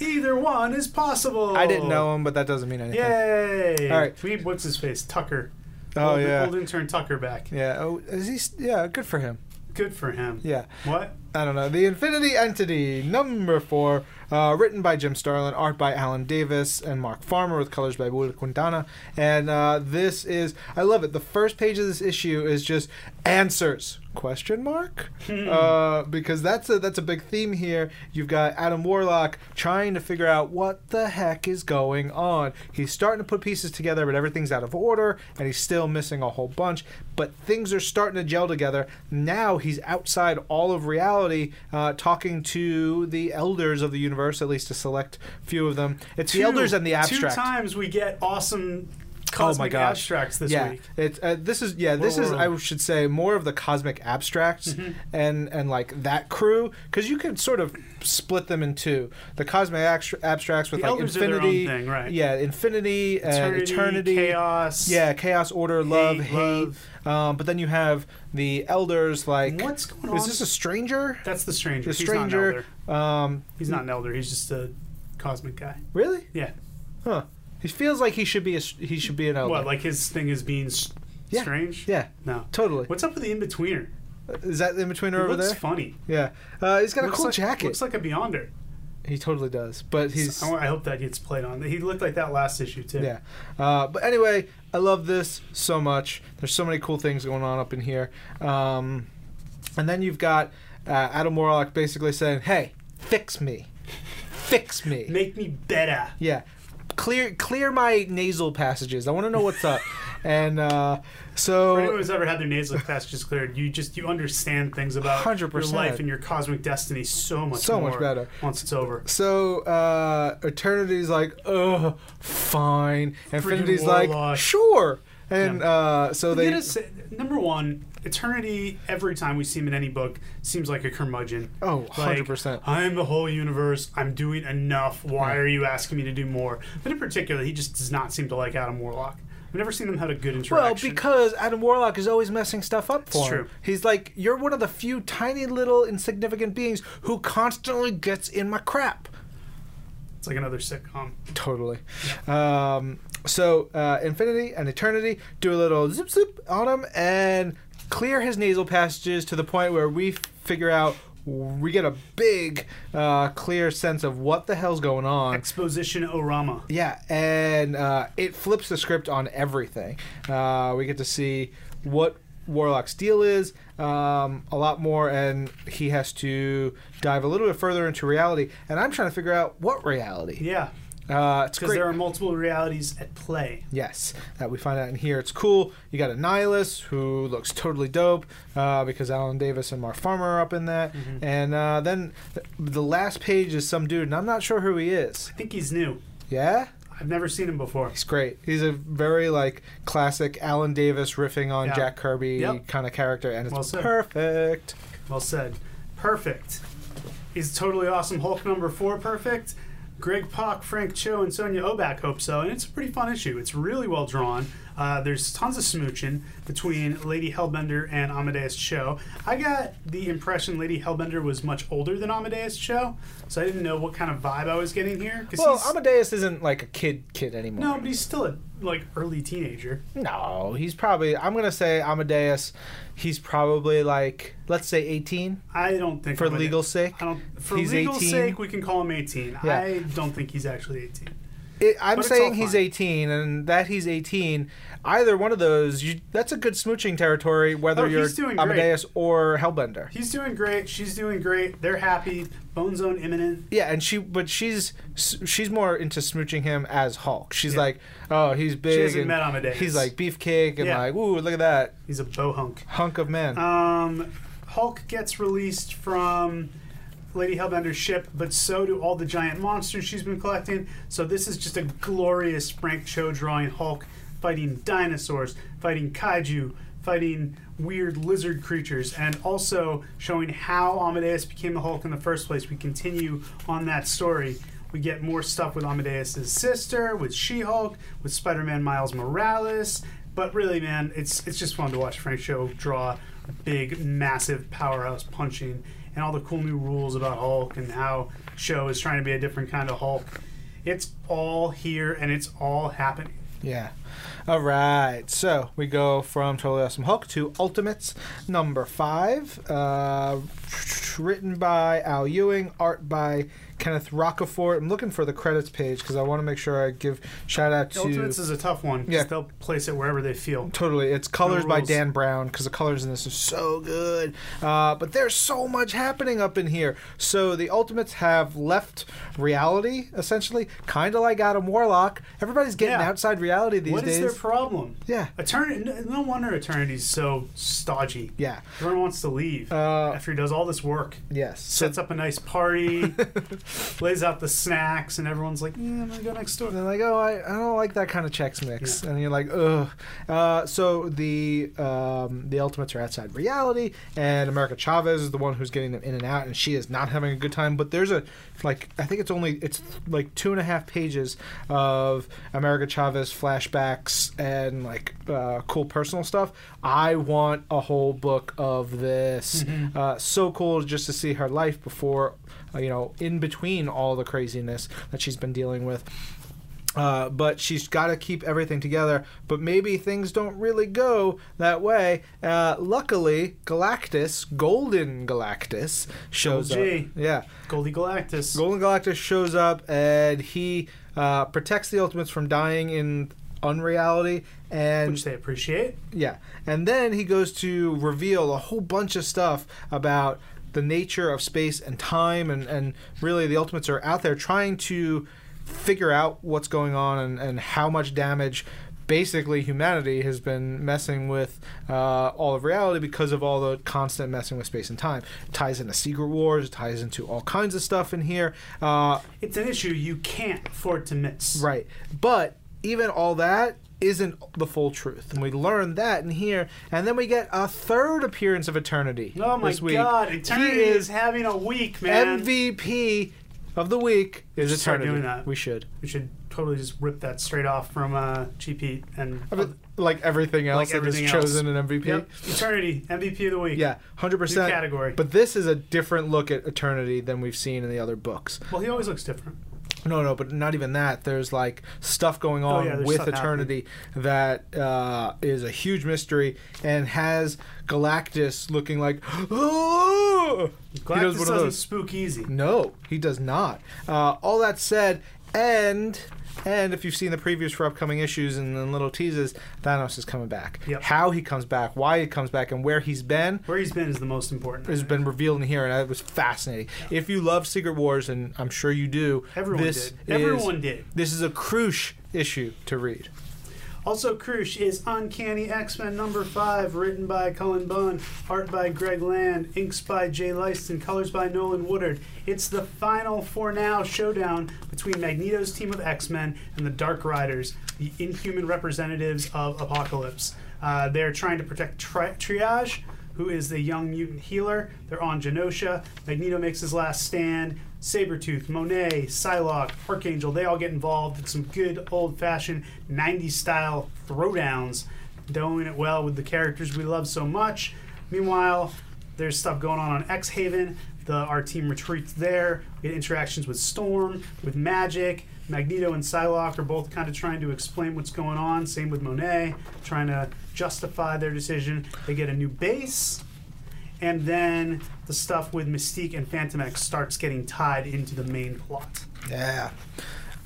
Either one is possible. I didn't know him, but that doesn't mean anything. Yay! All right. We, what's his face? Tucker. Oh old, yeah. Old intern Tucker back. Yeah. Oh, is he? s- Yeah. Good for him. Good for him. Yeah. What? I don't know. The Infinity Entity, number four, uh, written by Jim Starlin, art by Alan Davis and Mark Farmer, with colors by Will Quintana. And uh, this is, I love it. The first page of this issue is just answers question mark uh, because that's a that's a big theme here. You've got Adam Warlock trying to figure out what the heck is going on. He's starting to put pieces together, but everything's out of order, and he's still missing a whole bunch. But things are starting to gel together. Now he's outside all of reality, uh, talking to the elders of the universe, at least a select few of them. It's the elders and the abstract. Oh Two times we get awesome cosmic gosh. abstracts this yeah, week. it's uh, this is yeah this is whoa, Mm-hmm. I whoa. should say more of the cosmic abstracts and and like that crew because you could sort of split them in two the cosmic abstra- abstracts with The like Elders are their own infinity thing, right. yeah infinity and Eternity, Uh, eternity chaos. yeah chaos order love hate, hate, Um, but then you have the elders like What's going is on? this a stranger That's the stranger. the He's not an stranger elder. um He's not an elder. He's just a cosmic guy. really Yeah. huh he feels like he should be a s- he should be an elder What? Like his thing is being s- Yeah. strange. yeah No. totally What's up with the in betweener? is that in between or over looks there funny. Yeah, uh, he's got a looks cool like, jacket. Looks like a Beyonder. he totally does, but he's I, I hope that gets played on. He looked like that last issue too. yeah. Uh, but anyway, I love this so much. There's so many cool things going on up in here, um, and then you've got uh, Adam Warlock basically saying, "Hey, fix me, fix me." Make (laughs) me better. Yeah. Clear clear my nasal passages. I want to know what's (laughs) up. and uh, so For anyone who's ever had their nasal passages cleared, you just you understand things about your 100%. life and your cosmic destiny so much So much more better. once it's over. So uh Eternity's like, ugh, fine. Infinity's like, Warlock. sure. And uh, so You they gotta say- number one, eternity. Every time we see him in any book, seems like a curmudgeon. Oh, 100%. Like, I'm the whole universe. I'm doing enough. Why are you asking me to do more? But in particular, he just does not seem to like Adam Warlock. I've never seen them have a good Well, interaction. because Adam Warlock is always messing stuff up for him. true. He's like, you're one of the few tiny little insignificant beings who constantly gets in my crap. it's like another sitcom. Totally. Um, so uh, Infinity and Eternity do a little zip zip on him and clear his nasal passages to the point where we f- figure out we get a big uh, clear sense of what the hell's going on. Exposition Orama. Yeah, and uh, it flips the script on everything. Uh, we get to see what Warlock's deal is um, a lot more, and he has to dive a little bit further into reality. And I'm trying to figure out what reality. Yeah, Uh, it's because great. there are multiple realities at play. Yes, that we find out in here. It's cool. You got a Nihilus who looks totally dope uh, because Alan Davis and Mark Farmer are up in that. Mm-hmm. And uh, then th- the last page is some dude, and I'm not sure who he is. I think he's new. Yeah? I've never seen him before. He's great. He's a very like classic Alan Davis riffing on Yeah. Jack Kirby Yep. kind of character, and it's Well said. perfect. Well said. Perfect. Is totally awesome Hulk number four perfect? Greg Pak, Frank Cho, and Sonia Oback hope so, and it's a pretty fun issue. It's really well drawn. Uh, there's tons of smooching between Lady Hellbender and Amadeus Cho. I got the impression Lady Hellbender was much older than Amadeus Cho, so I didn't know what kind of vibe I was getting here. 'cause Well, he's- Amadeus isn't like a kid kid anymore. no, but he's still a like early teenager. No, he's probably. I'm gonna say Amadeus. He's probably like let's say 18 I don't think for I'm a- legal sake. I don't. For He's legal 18. sake, we can call him 18. Yeah. I don't think he's actually 18. It, I'm But it's all saying he's fine. 18, and that he's 18. Either one of those, you, that's a good smooching territory. Whether Oh, you're he's doing great. Amadeus or Hellbender. He's doing great. She's doing great. They're happy. Bone Zone imminent. Yeah, and she, but she's she's more into smooching him as Hulk. She's Yeah. like, oh, he's big. hasn't and met Amadeus. He's like beefcake, and Yeah. like, ooh, look at that He's a bohunk. hunk of man. Um, Hulk gets released from Lady Hellbender's ship, but so do all the giant monsters she's been collecting. So this is just a glorious Frank Cho drawing Hulk fighting dinosaurs, fighting kaiju, fighting weird lizard creatures, and also showing how Amadeus became the Hulk in the first place. We continue on that story. We get more stuff with Amadeus' sister, with She-Hulk, with Spider-Man Miles Morales. But really, man, it's it's just fun to watch Frank Cho draw big, massive powerhouse punching and all the cool new rules about Hulk and how Cho is trying to be a different kind of Hulk. It's all here and it's all happening. Yeah. All right. So we go from Totally Awesome Hulk to Ultimates number five, uh, written by Al Ewing, art by Kenneth Rockefort. I'm looking for the credits page because I want to make sure I give shout out to. Ultimates is a tough one 'cause Yeah. they'll place it wherever they feel. Totally. It's colors No by rules. Dan Brown because the colors in this are so good. Uh, but there's so much happening up in here. So the Ultimates have left reality, essentially, kind of like Adam Warlock. Everybody's getting Yeah. outside reality these What is days. their problem? yeah. Eternity. No wonder Eternity's so stodgy. Yeah. Everyone wants to leave Uh, after he does all this work. Yes. So Sets up a (laughs) nice party, lays out the snacks, and everyone's like, yeah, I'm gonna go next door. They're like, oh, I, I don't like that kind of Chex Mix, and you're like, ugh. Uh, so the um, the Ultimates are outside reality, and America Chavez is the one who's getting them in and out, and she is not having a good time. But there's a like, I think it's only it's like two and a half pages of America Chavez flashbacks and like uh, cool personal stuff. I want a whole book of this. Uh, so cool just to see her life before, uh, you know, in between all the craziness that she's been dealing with. Uh, but she's got to keep everything together. But maybe things don't really go that way. Uh, luckily, Galactus, Golden Galactus, shows Double G. up. Yeah. Goldie Galactus. Golden Galactus shows up and he uh, protects the Ultimates from dying in unreality. And which they appreciate. yeah. And then he goes to reveal a whole bunch of stuff about the nature of space and time and, and really the ultimates are out there trying to figure out what's going on and, and how much damage basically humanity has been messing with uh, all of reality because of all the constant messing with space and time it ties into secret wars it ties into all kinds of stuff in here uh, It's an issue you can't afford to miss. Right. But even all that isn't the full truth. And we learn that in here. And then we get a third appearance of Eternity. Oh my this week. God! He Eternity is having a week, man. MVP of the week is should start Eternity. doing that. We should. we should totally just rip that straight off from uh, GP and Like everything else that is everything else. chosen an MVP. Yep. Eternity MVP of the week. Yeah, 100%. New category. But this is a different look at Eternity than we've seen in the other books. Well, he always looks different. No, no, but not even that. There's like stuff going on Oh, yeah, there's with stuff Eternity that uh, is a huge mystery and has Galactus looking like, oh! Galactus doesn't spook easy. No, he does not. Uh, all that said, and and if you've seen the previews for upcoming issues and, and little teases, Thanos is coming back. Yep. How he comes back, why he comes back, and where he's been Where he's been is the most important. has been revealed in here, and that was fascinating. If you love Secret Wars, and I'm sure you do, Everyone this did. is- Everyone did. This is a crucial issue to read. Also, Krush is Uncanny X Men number five, written by Cullen Bunn, art by Greg Land, inks by Jay Lyston, colors by Nolan Woodard. It's the final for now showdown between Magneto's team of X Men and the Dark Riders, the inhuman representatives of Apocalypse. Uh, they're trying to protect tri- Triage, who is the young mutant healer. They're on Genosha. Magneto makes his last stand. Sabretooth, Monet, Psylocke, Archangel, they all get involved in some good old fashioned 90s style throwdowns, doing it well with the characters we love so much. Meanwhile, there's stuff going on on X Haven. The, our team retreats there. We get interactions with Storm, with Magic. Magneto and Psylocke are both kind of trying to explain what's going on. Same with Monet, trying to justify their decision. They get a new base and then the stuff with Mystique and Phantom X starts getting tied into the main plot. Yeah.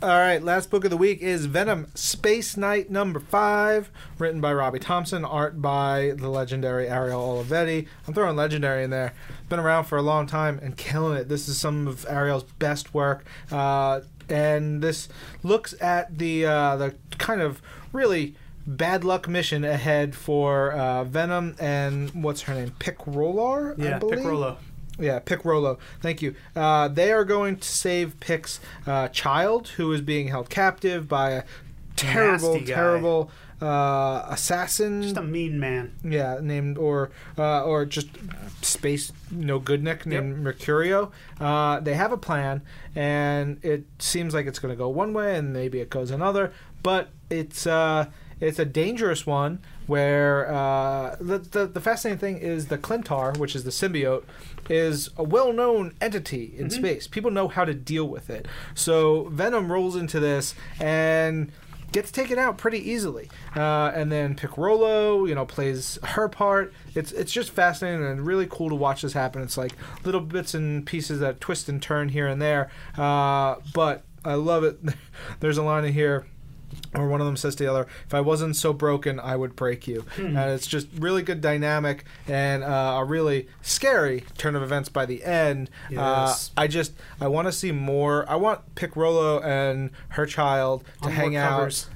All right, last book of the week is Venom Space Knight number five, written by Robbie Thompson, art by the legendary Ariel Olivetti. I'm throwing legendary in there. Been around for a long time and killing it. This is some of Ariel's best work. Uh, and this looks at the uh, the kind of really bad luck mission ahead for uh, Venom and what's her name? Pick Rolar, Yeah, I believe. Piccolo. Yeah, Pick Rolo. Thank you. Uh, they are going to save Pick's uh, child, who is being held captive by a terrible, Nasty guy. terrible uh, assassin. Just a mean man. yeah, named or uh, or just space no good nick named Mercurio. Uh, they have a plan, and it seems like it's going to go one way, and maybe it goes another. But it's uh, it's a dangerous one where uh, the, the the fascinating thing is the Clintar, which is the symbiote, is a well-known entity in space. People know how to deal with it. So Venom rolls into this and gets taken out pretty easily. Uh, and then Piccolo, you know, plays her part. It's it's just fascinating and really cool to watch this happen. It's like little bits and pieces that twist and turn here and there. Uh, but I love it. (laughs) There's a line in here. Or one of them says to the other, "If I wasn't so broken, I would break you." And it's just really good dynamic and uh, a really scary turn of events by the end. Uh, Yes. I just I want to see more. I want Piccolo and her child to On hang more out. covers.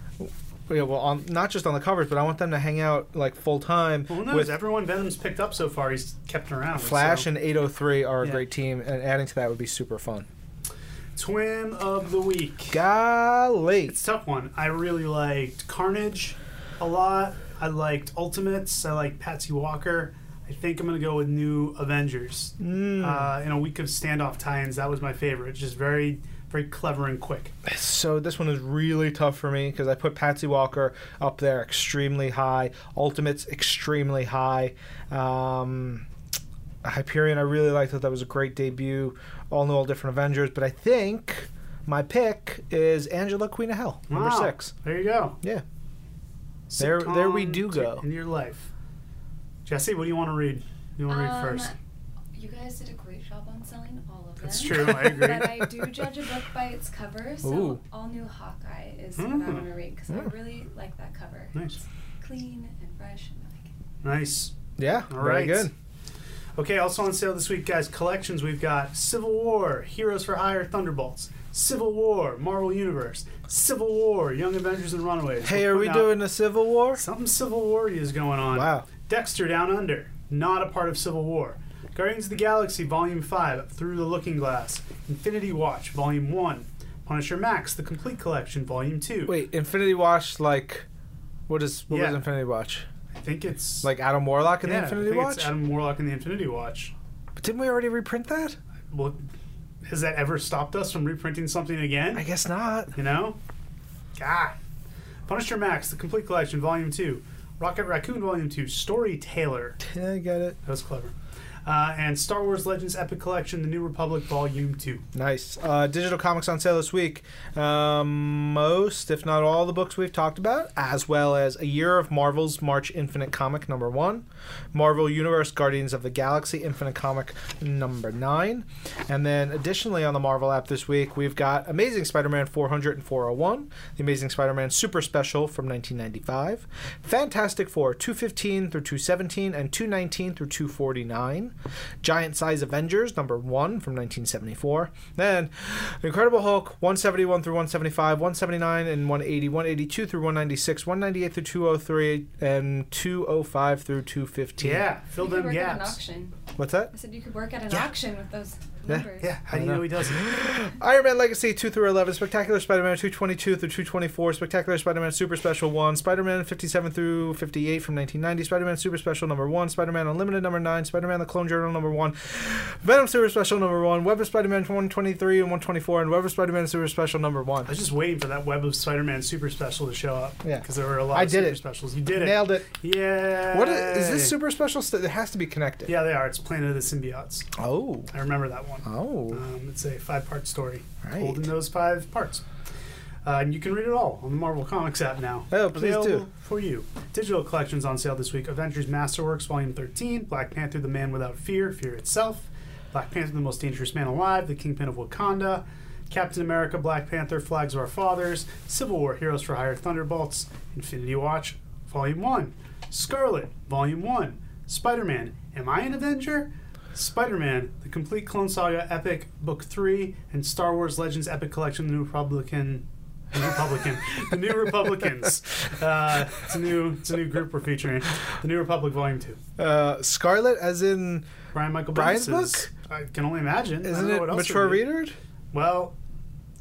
Yeah, well, on, not just on the covers, but I want them to hang out like full time Well, who knows? with Everyone Venom's picked up so far, he's kept around. Flash so. and 803 are a Yeah. great team, and adding to that would be super fun. Twim of the week. Golly, It's a tough one. I really liked Carnage a lot. I liked Ultimates. I liked Patsy Walker. I think I'm gonna go with New Avengers. Mm. Uh, in a week of standoff tie-ins, that was my favorite. Just very, very clever and quick. so this one is really tough for me because I put Patsy Walker up there extremely high, Ultimates extremely high. Um, Hyperion, I really liked that. That was a great debut. All new, all different Avengers, but I think my pick is Angela Queen of Hell, number Wow. six. There you go. Yeah. There- there we Sitcom do go. In your life, Jesse, what do you want to read? You want to read first? You guys did a great job on selling all of them. That's true. I agree. But I do judge a book by its cover, so Ooh. all new Hawkeye is what Mm. I want to read because I really like that cover. Nice. It's clean and fresh, and I like it. Nice. Yeah, All very right. good. Okay, also on sale this week, guys, collections we've got Civil War, Heroes for Hire, Thunderbolts, Civil War, Marvel Universe, Civil War, Young Avengers and Runaways. Hey, We're are we putting out- doing a Civil War? something Civil War is going on? Wow. Dexter Down Under, not a part of Civil War. Guardians of the Galaxy Volume 5, Through the Looking Glass, Infinity Watch Volume 1, Punisher Max, The Complete Collection Volume 2. Wait, Infinity Watch, like, what is what was Yeah. Infinity Watch? I think it's Like Adam Warlock in yeah, the I Infinity think Watch? It's Adam Warlock and the Infinity Watch. but didn't we already reprint that? Well, has that ever stopped us from reprinting something again? I guess not. (laughs) You know? God. Punisher Max, The Complete Collection, Volume 2. Rocket Raccoon, Volume 2. Story Taylor. Yeah, I get it. That was clever. Uh, and Star Wars Legends Epic Collection, The New Republic, Volume 2. Nice. Uh, digital comics on sale this week. Um, most, if not all, the books we've talked about, as well as A Year of Marvel's March Infinite Comic number one, Marvel Universe Guardians of the Galaxy Infinite Comic number nine, and then additionally on the Marvel app this week, we've got Amazing Spider Man 400 and 401, The Amazing Spider Man Super Special from 1995, Fantastic Four 215 through 217, and 219 through 249, Giant Size Avengers number one from 1974, then Incredible Hulk 171 through 175, 179 and 180, 182 through 196, 198 through 203, and 205 through 215. Yeah, fill you could them work at an gaps. auction. What's that? I said you could work at an auction with those. numbers. Yeah, how do you know he doesn't? Iron Man Legacy 2 through 11, Spectacular Spider Man 222 through 224, Spectacular Spider Man Super Special 1, Spider Man 57 through 58 from 1990, Spider Man Super Special number 1, Spider Man Unlimited number 9, Spider Man The Clone Journal number 1, Venom Super Special number 1, Web of Spider Man 123 and 124, and Web of Spider Man Super Special number 1. I was just waiting for that Web of Spider-Man super special to show up. Yeah. because there were a lot I of did super it. specials. You did it. Nailed it. Yeah. What is, is this Super Special? St- it has to be connected. Yeah, they are. It's Planet of the Symbiotes. Oh. I remember that one. Oh. Um, it's a five-part story, Right. told in those five parts, uh, and you can read it all on the Marvel Comics app now. Oh, please Available do. for you. Digital collections on sale this week: Avengers Masterworks Volume 13, Black Panther: The Man Without Fear, Fear Itself, Black Panther: The Most Dangerous Man Alive, The Kingpin of Wakanda, Captain America: Black Panther: Flags of Our Fathers, Civil War: Heroes for Hire, Thunderbolts, Infinity Watch, Volume One, Scarlet, Volume One, Spider-Man: Am I an Avenger? Spider Man, the complete Clone Saga Epic Book 3, and Star Wars Legends Epic Collection, The New Republican. The New Republican. the New (laughs) Republicans. Uh, it's, a new, it's a new group we're featuring. The New Republic Volume 2. Uh, Scarlet, as in, Brian Michael Brian's Bendis's- I can only imagine. I don't isn't know it what else mature would be. readered? Well,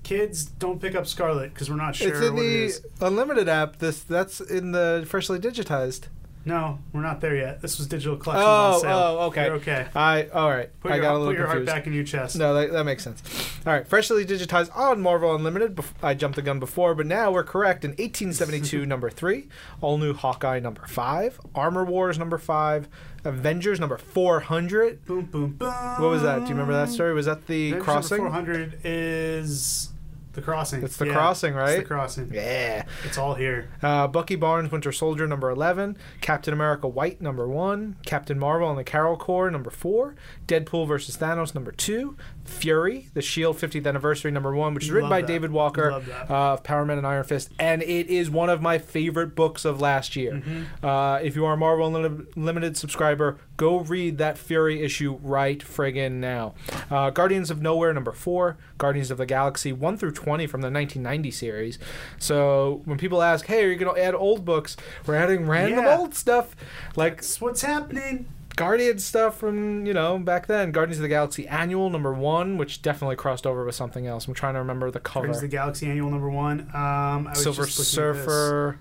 kids, don't pick up Scarlet because we're not sure it's in what it the is. unlimited app. This that's in the freshly digitized. No, we're not there yet. This was digital collection Oh, on sale. oh, okay. You're okay. I all right. Put I your, got a put little your heart confused. back in your chest. No, that, that makes sense. All right, freshly digitized on Marvel Unlimited. Bef- I jumped the gun before, but now we're correct. In (laughs) 1872, number three, all new Hawkeye number five, Armor Wars number five, Avengers number 400. Boom, boom, boom. What was that? Do you remember that story? Was that the Avengers crossing? Four hundred is the crossing. It's the crossing, right? It's the crossing. Yeah. It's all here. Uh, Bucky Barnes, Winter Soldier, number 11. Captain America White, number 1. Captain Marvel and the Carol Corps, number 4. Deadpool versus Thanos, number 2. Fury, The Shield 50th Anniversary, number 1, which is written Love by that. David Walker Love uh, that. of Power Man and Iron Fist. And it is one of my favorite books of last year. Mm-hmm. Uh, if you are a Marvel Unlim- Limited subscriber, go read that Fury issue right friggin' now. Uh, Guardians of Nowhere, number 4. Guardians of the Galaxy, 1 through 20 from the 1990 series. So when people ask, hey, are you going to add old books? We're adding random Yeah. old stuff, like It's what's happening. Guardian stuff from, you know, back then. Guardians of the Galaxy Annual, number 1, which definitely crossed over with something else. I'm trying to remember the cover. Guardians of the Galaxy Annual Number One. Um, I was Silver just looking at this. Surfer.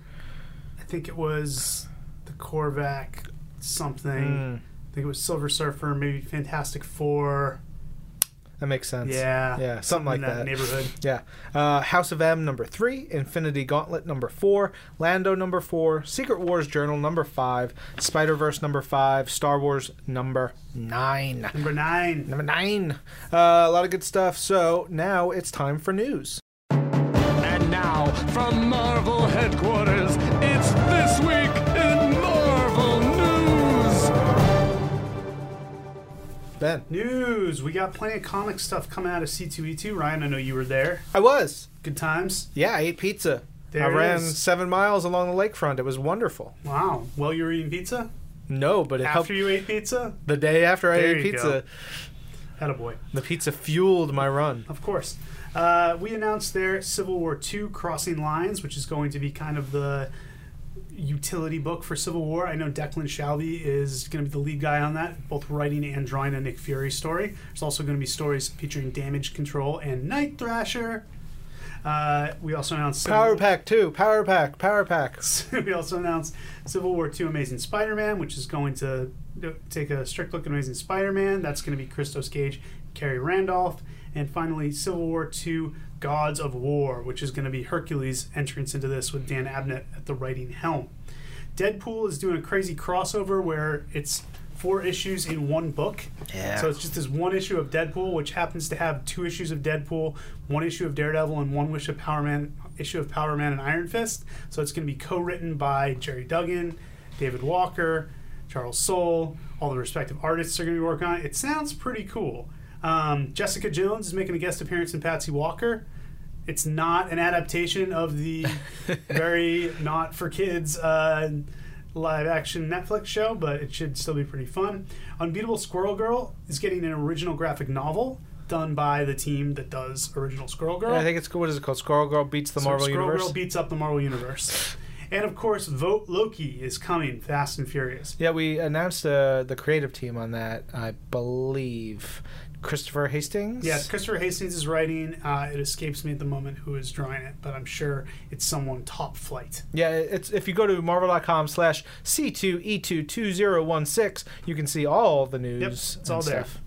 I think it was the Korvac Hmm. something. I think it was Silver Surfer, maybe Fantastic Four. That makes sense. Yeah, Yeah, something like in that, that. neighborhood. Yeah. Uh, House of M number three, Infinity Gauntlet number four, Lando number four, Secret Wars Journal number five, Spider Verse number five, Star Wars number nine. Number nine. Number nine. Uh, a lot of good stuff. So now it's time for news. And now, from Marvel headquarters, it's This Week in Marvel News! Ben. News. We got plenty of comic stuff coming out of C2E2. Ryan, I know you were there. I was. Good times. Yeah, I ate pizza. There I it ran is. seven miles along the lakefront. It was wonderful. Wow. Well, you were eating pizza No, but it helped. after you ate pizza. the day after I There ate you pizza, go. Had a boy. the pizza fueled my run. Of course. Uh, we announced their Civil War II Crossing Lines, which is going to be kind of the utility book for Civil War. I know Declan Shalvey is going to be the lead guy on that, both writing and drawing a Nick Fury story. There's also going to be stories featuring Damage Control and Night Thrasher. Uh, we also announced Civil- Power Pack 2, Power Pack, Power Pack. (laughs) we also announced Civil War II Amazing Spider Man, which is going to do- take a strict look at Amazing Spider Man. That's going to be Christos Cage, Carrie Randolph. And finally, Civil War II Gods of War, which is going to be Hercules' entrance into this with Dan Abnett at the writing helm. Deadpool is doing a crazy crossover where it's four issues in one book. Yeah. So it's just this one issue of Deadpool, which happens to have two issues of Deadpool, one issue of Daredevil, and one wish of Power Man issue of Power Man and Iron Fist. So it's going to be co-written by Jerry Duggan, David Walker, Charles Soule. All the respective artists are going to be working on it. It sounds pretty cool. Um, Jessica Jones is making a guest appearance in Patsy Walker it's not an adaptation (laughs) of the very not for kids uh, live action Netflix show, but it should still be pretty fun. Unbeatable Squirrel Girl is getting an original graphic novel done by the team that does original Squirrel Girl. I think it's what is it called? Squirrel Girl beats the So Marvel Squirrel Universe. Girl beats up the Marvel Universe. And of course, Vote Loki is coming fast and furious. yeah, we announced uh, the creative team on that, I believe. Christopher Hastings. Yes, Christopher Hastings is writing. Uh, it escapes me at the moment who is drawing it, but I'm sure it's someone top flight. Yeah, it's if you go to marvel.com slash E C2E22016, you can see all the news. Yep, it's and all there. stuff.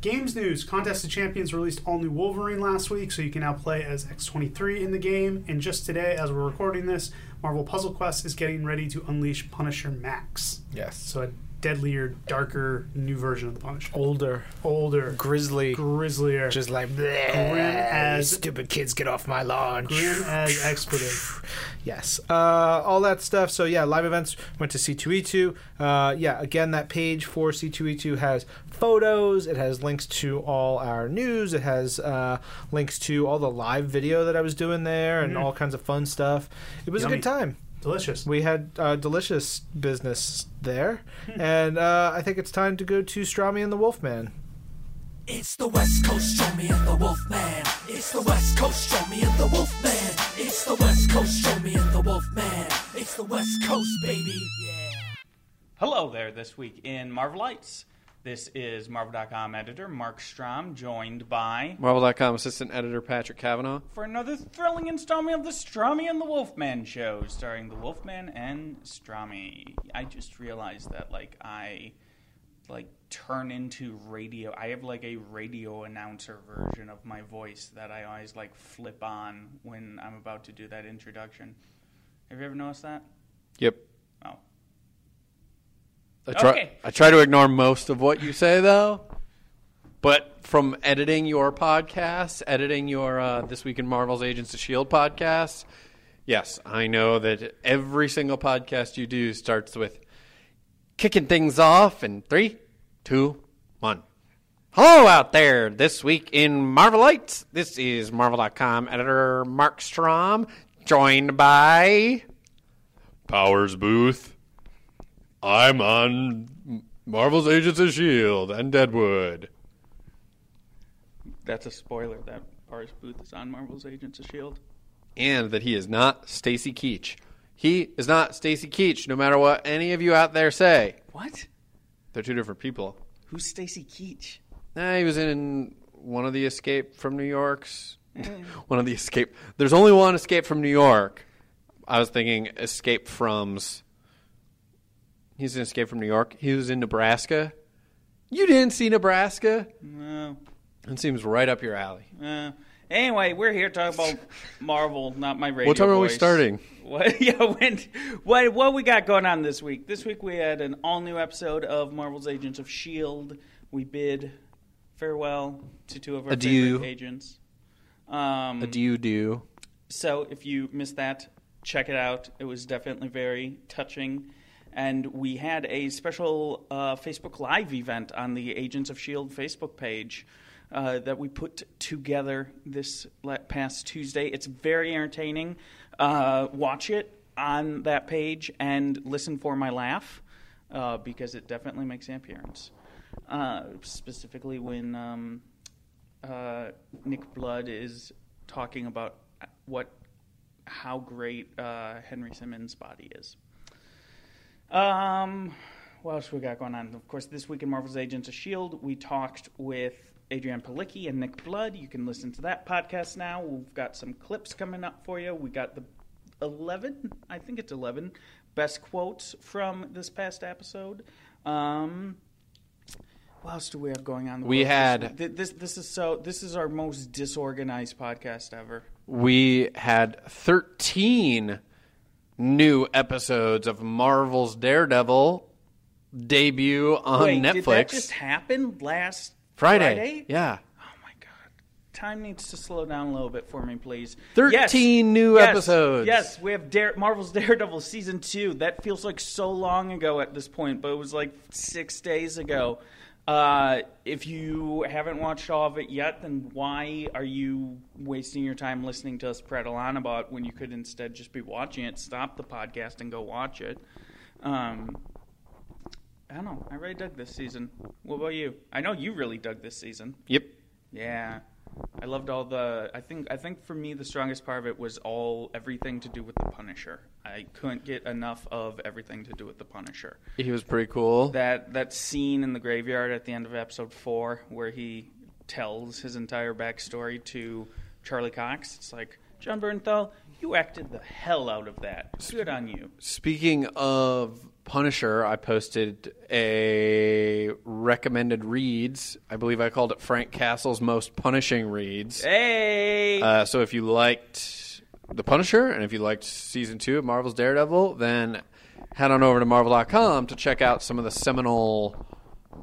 Games news: Contest of Champions released all new Wolverine last week, so you can now play as X23 in the game. And just today, as we're recording this, Marvel Puzzle Quest is getting ready to unleash Punisher Max. Yes. So a deadlier, darker, new version of the Punisher, Older, older, grizzly, grislier, just like, bleh, as- you stupid kids, get off my lawn. (sighs) grim as expletive. Yes, uh, all that stuff. So yeah, live events went to C2E2. Uh, yeah, again, that page for C2E2 has photos. It has links to all our news. It has uh, links to all the live video that I was doing there and all kinds of fun stuff. It was a Mm. Yummy. good time. Delicious. We had uh, delicious business there, Hmm. and uh, I think it's time to go to Strami and the Wolfman. It's the West Coast, show me and the Wolfman. It's the West Coast, show me and the Wolfman. It's the West Coast, show me and the Wolfman. It's the West Coast, baby. Yeah. Hello there, this week in Marvelites. This is Marvel.com editor Mark Strom, joined by. Marvel.com assistant editor Patrick Cavanaugh. for another thrilling installment of the Strami and the Wolfman show, starring the Wolfman and Strami. I just realized that, like, I like turn into radio. I have like a radio announcer version of my voice that I always like flip on when I'm about to do that introduction. Have you ever noticed that? Yep. Oh, I try, Okay. I try to ignore most of what you say, though. But from editing your podcasts, editing your uh, This Week in Marvel's Agents of S.H.I.E.L.D. E podcast, yes, I know that every single podcast you do starts with kicking things off in three, two, one. Hello out there this week in Marvelites. This is Marvel.com editor Mark Strom, joined by Powers Booth. I'm on Marvel's Agents of S.H.I.E.L.D. E and Deadwood. that's a spoiler. That Boris Booth is on Marvel's Agents of Shield. And that he is not Stacy Keach. He is not Stacy Keach, no matter what any of you out there say. What? They're two different people. Who's Stacy Keach? Nah, he was in one of the Escape from New York's. (laughs) one of the Escape. There's only one Escape from New York. I was thinking Escape from's. He's in Escape from New York. He was in Nebraska. You didn't see Nebraska? No. It seems right up your alley. Uh, anyway, we're here talking (laughs) about Marvel, not my radio. What time are we voice. starting? What, (laughs) yeah, when, what what we got going on this week? This week we had an all new episode of Marvel's Agents of Shield. E We bid farewell to two of our Adieu. favorite agents. Um, Do you do? so if you missed that, check it out. It was definitely very touching. And we had a special uh, Facebook Live event on the Agents of S.H.I.E.L.D. E Facebook page uh, that we put together this la- past Tuesday. It's very entertaining. Uh, watch it on that page and listen for my laugh uh, because it definitely makes an appearance. Uh, specifically when. Um, uh, Nick Blood is talking about what how great uh, Henry Simmons' body is. Um, what else we got going on? Of course, this week in Marvel's Agents of Shield, E we talked with Adrian Palicki and Nick Blood. You can listen to that podcast now. We've got some clips coming up for you. We got the eleven, I think it's eleven, best quotes from this past episode. Um, what else do we have going on? We What else is- had- Th- this. This is so. This is our most disorganized podcast ever. we had 13 new episodes of Marvel's Daredevil debut on Wait, Netflix did that just happen last Friday. Friday? Yeah. Oh my god. Time needs to slow down a little bit for me, please. 13 Yes, new yes, episodes. Yes, we have Dare- Marvel's (laughs) Daredevil season two. That feels like so long ago at this point, but it was like six days ago. Uh, if you haven't watched all of it yet, then why are you wasting your time listening to us prattle on about it when you could instead just be watching it? Stop the podcast and go watch it. Um, I don't know. I really dug this season. What about you? I know you really dug this season. Yep. Yeah, I loved all the. I think I think for me the strongest part of it was all everything to do with the Punisher. I couldn't get enough of everything to do with the Punisher. He was pretty cool. That that scene in the graveyard at the end of episode four where he tells his entire backstory to Charlie Cox. It's like John Bernthal, you acted the hell out of that. Good on you. Speaking of Punisher, I posted a recommended reads. I believe I called it Frank Castle's most punishing reads. Hey, Uh, so if you liked The Punisher and if you liked season two of Marvel's Daredevil, then head on over to marvel.com to check out some of the seminal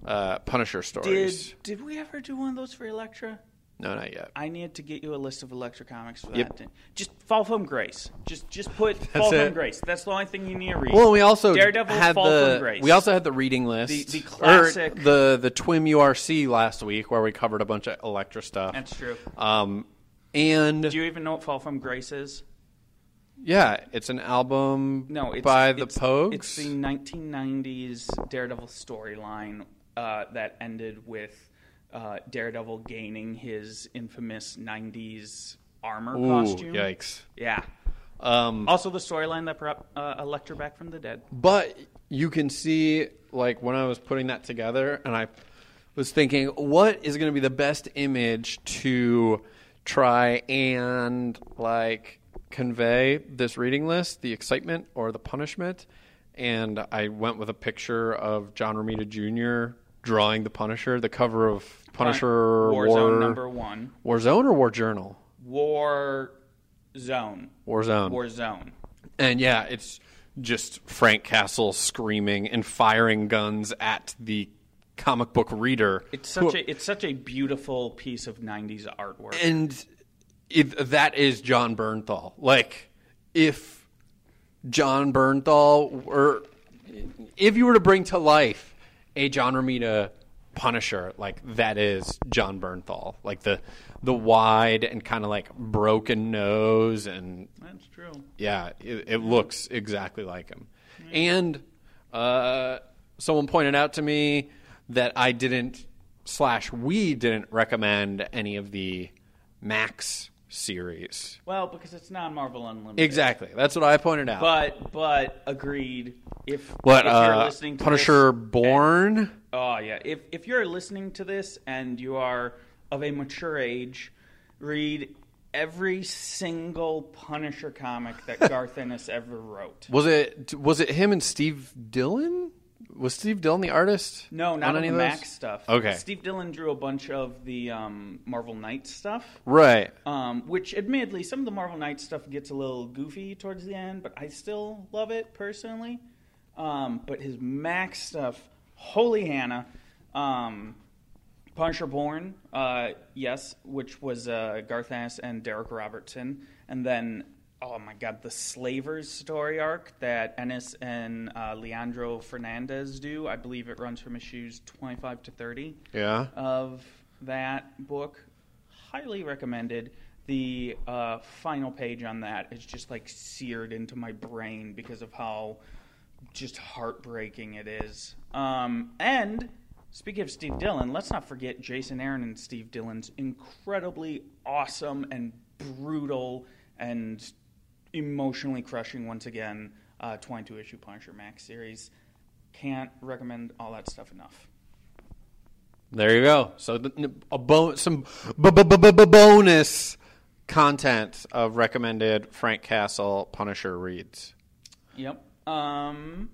uh, Punisher did stories. did we ever do one of those for Elektra? No, not yet. I need to get you a list of Electra comics for Yep. that. Just Fall from Grace. Just (laughs) just put Fall it. from Grace. That's the only thing you need to read. Well, we also Daredevil had Fall the from Grace. we also had the reading list, The- the or classic- the the Twim URC last week where we covered a bunch of Electra stuff. That's true. Um, and Do you even know what Fall from Grace is? yeah, it's an album No, it's by the it's, Pogues. It's the 1990s Daredevil storyline uh, that ended with uh, Daredevil gaining his infamous 90s armor Ooh, costume. yikes. Yeah. Um, Also, the storyline that brought uh, Electra back from the dead. But you can see, like, when I was putting that together, and I was thinking, what is going to be the best image to try and, like, convey this reading list, the excitement or the punishment? And I went with a picture of John Romita Jr. drawing the Punisher, the cover of Punisher Warzone War, number one. Warzone or War Journal? War Zone. Warzone. War Zone. And yeah, it's just Frank Castle screaming and firing guns at the comic book reader. It's who- such a it's such a beautiful piece of 90s artwork. and if that is John Bernthal. Like if John Bernthal were if you were to bring to life a John Romita Punisher, like that is John Bernthal. Like the the wide and kind of like broken nose and That's true. Yeah, it, it looks exactly like him. And uh, someone pointed out to me that I didn't slash we didn't recommend any of the Max series. Well, because it's not Marvel Unlimited. Exactly, that's what I pointed out. But but agreed. If what if uh, you're listening to Punisher this- Born? oh yeah. If if you're listening to this and you are of a mature age, read every single Punisher comic (laughs) that Garth Ennis ever wrote. was it was it him and Steve Dillon? Was Steve Dillon the artist? No, on not any the of those? Max stuff. Okay, Steve Dillon drew a bunch of the um, Marvel Knight stuff. right. Um, which, admittedly, some of the Marvel Knight stuff gets a little goofy towards the end, but I still love it personally. Um, but his Max stuff, holy Hannah, um, Punisher Born, uh, yes, which was uh, Garth Ennis and Derek Robertson, and then oh my God, the Slavers story arc that Ennis and uh, Leandro Fernandez do. I believe it runs from issues twenty-five to thirty Yeah. of that book. Highly recommended. The uh, final page on that is just like seared into my brain because of how just heartbreaking it is. Um, and speaking of Steve Dillon, let's not forget Jason Aaron and Steve Dillon's incredibly awesome and brutal and emotionally crushing once again uh, 22 issue Punisher Max series. Can't recommend all that stuff enough. There you go. So the, a bo- some b- b- b- b- bonus content of recommended Frank Castle Punisher reads. Yep. Um,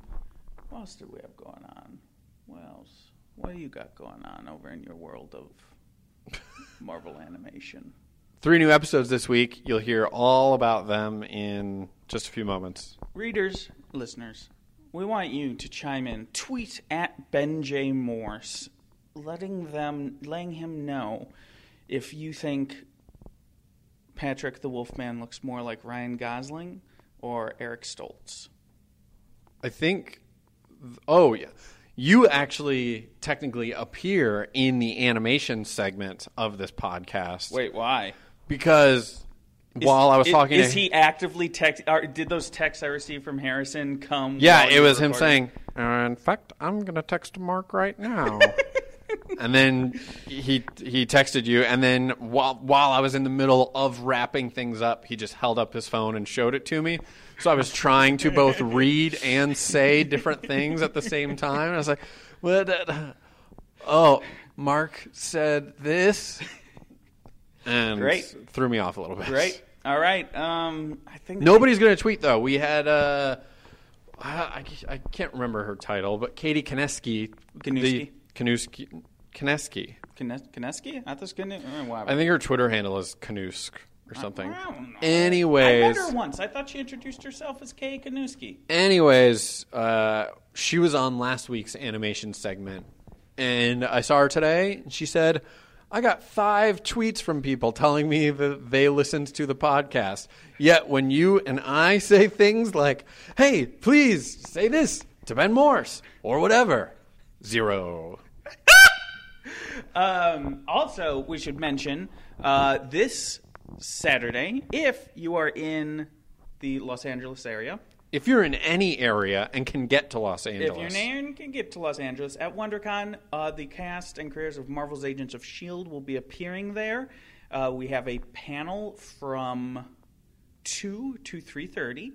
what else did we have going on? What else? What do you got going on over in your world of (laughs) Marvel animation? Three new episodes this week. You'll hear all about them in just a few moments. Readers, listeners, we want you to chime in. Tweet at Ben J. Morse, letting them, letting him know if you think Patrick the Wolfman looks more like Ryan Gosling or Eric Stoltz. I think. Oh yeah, you actually technically appear in the animation segment of this podcast. Wait, why? because while I was Is- talking, is to he actively text? Or did those texts I received from Harrison come? Yeah, while it you was were him recording? saying, uh, "In fact, I'm gonna text Mark right now." (laughs) and then he he texted you, and then while while I was in the middle of wrapping things up, he just held up his phone and showed it to me. So I was trying to (laughs) both read and say different things at the same time. I was like, "What? uh, oh, Mark said this, and Great. threw me off a little bit. Great. All right. Um, I think Nobody's going to tweet though. We had uh, I, I can't remember her title, but Katie Kineski, Kanuski. Kanuski, Kineski. Kines- Kineski? I thought it was Kine- uh, whatever. I think her Twitter handle is Kanusk or something. I don't know. I met Anyways, her once. I thought she introduced herself as Kay Kanuski. anyways, uh, she was on last week's animation segment, and I saw her today. And she said, "I got five tweets from people telling me that they listened to the podcast. Yet when you and I say things like, "Hey, please say this to Ben Morse or whatever," zero. Um, also, we should mention uh, this Saturday, if you are in the Los Angeles area, If you're in any area and can get to Los if Angeles, your name can get to Los Angeles, at WonderCon, uh, the cast and creators of Marvel's Agents of S.H.I.E.L.D. E will be appearing there. Uh, we have a panel from 2 to 3.30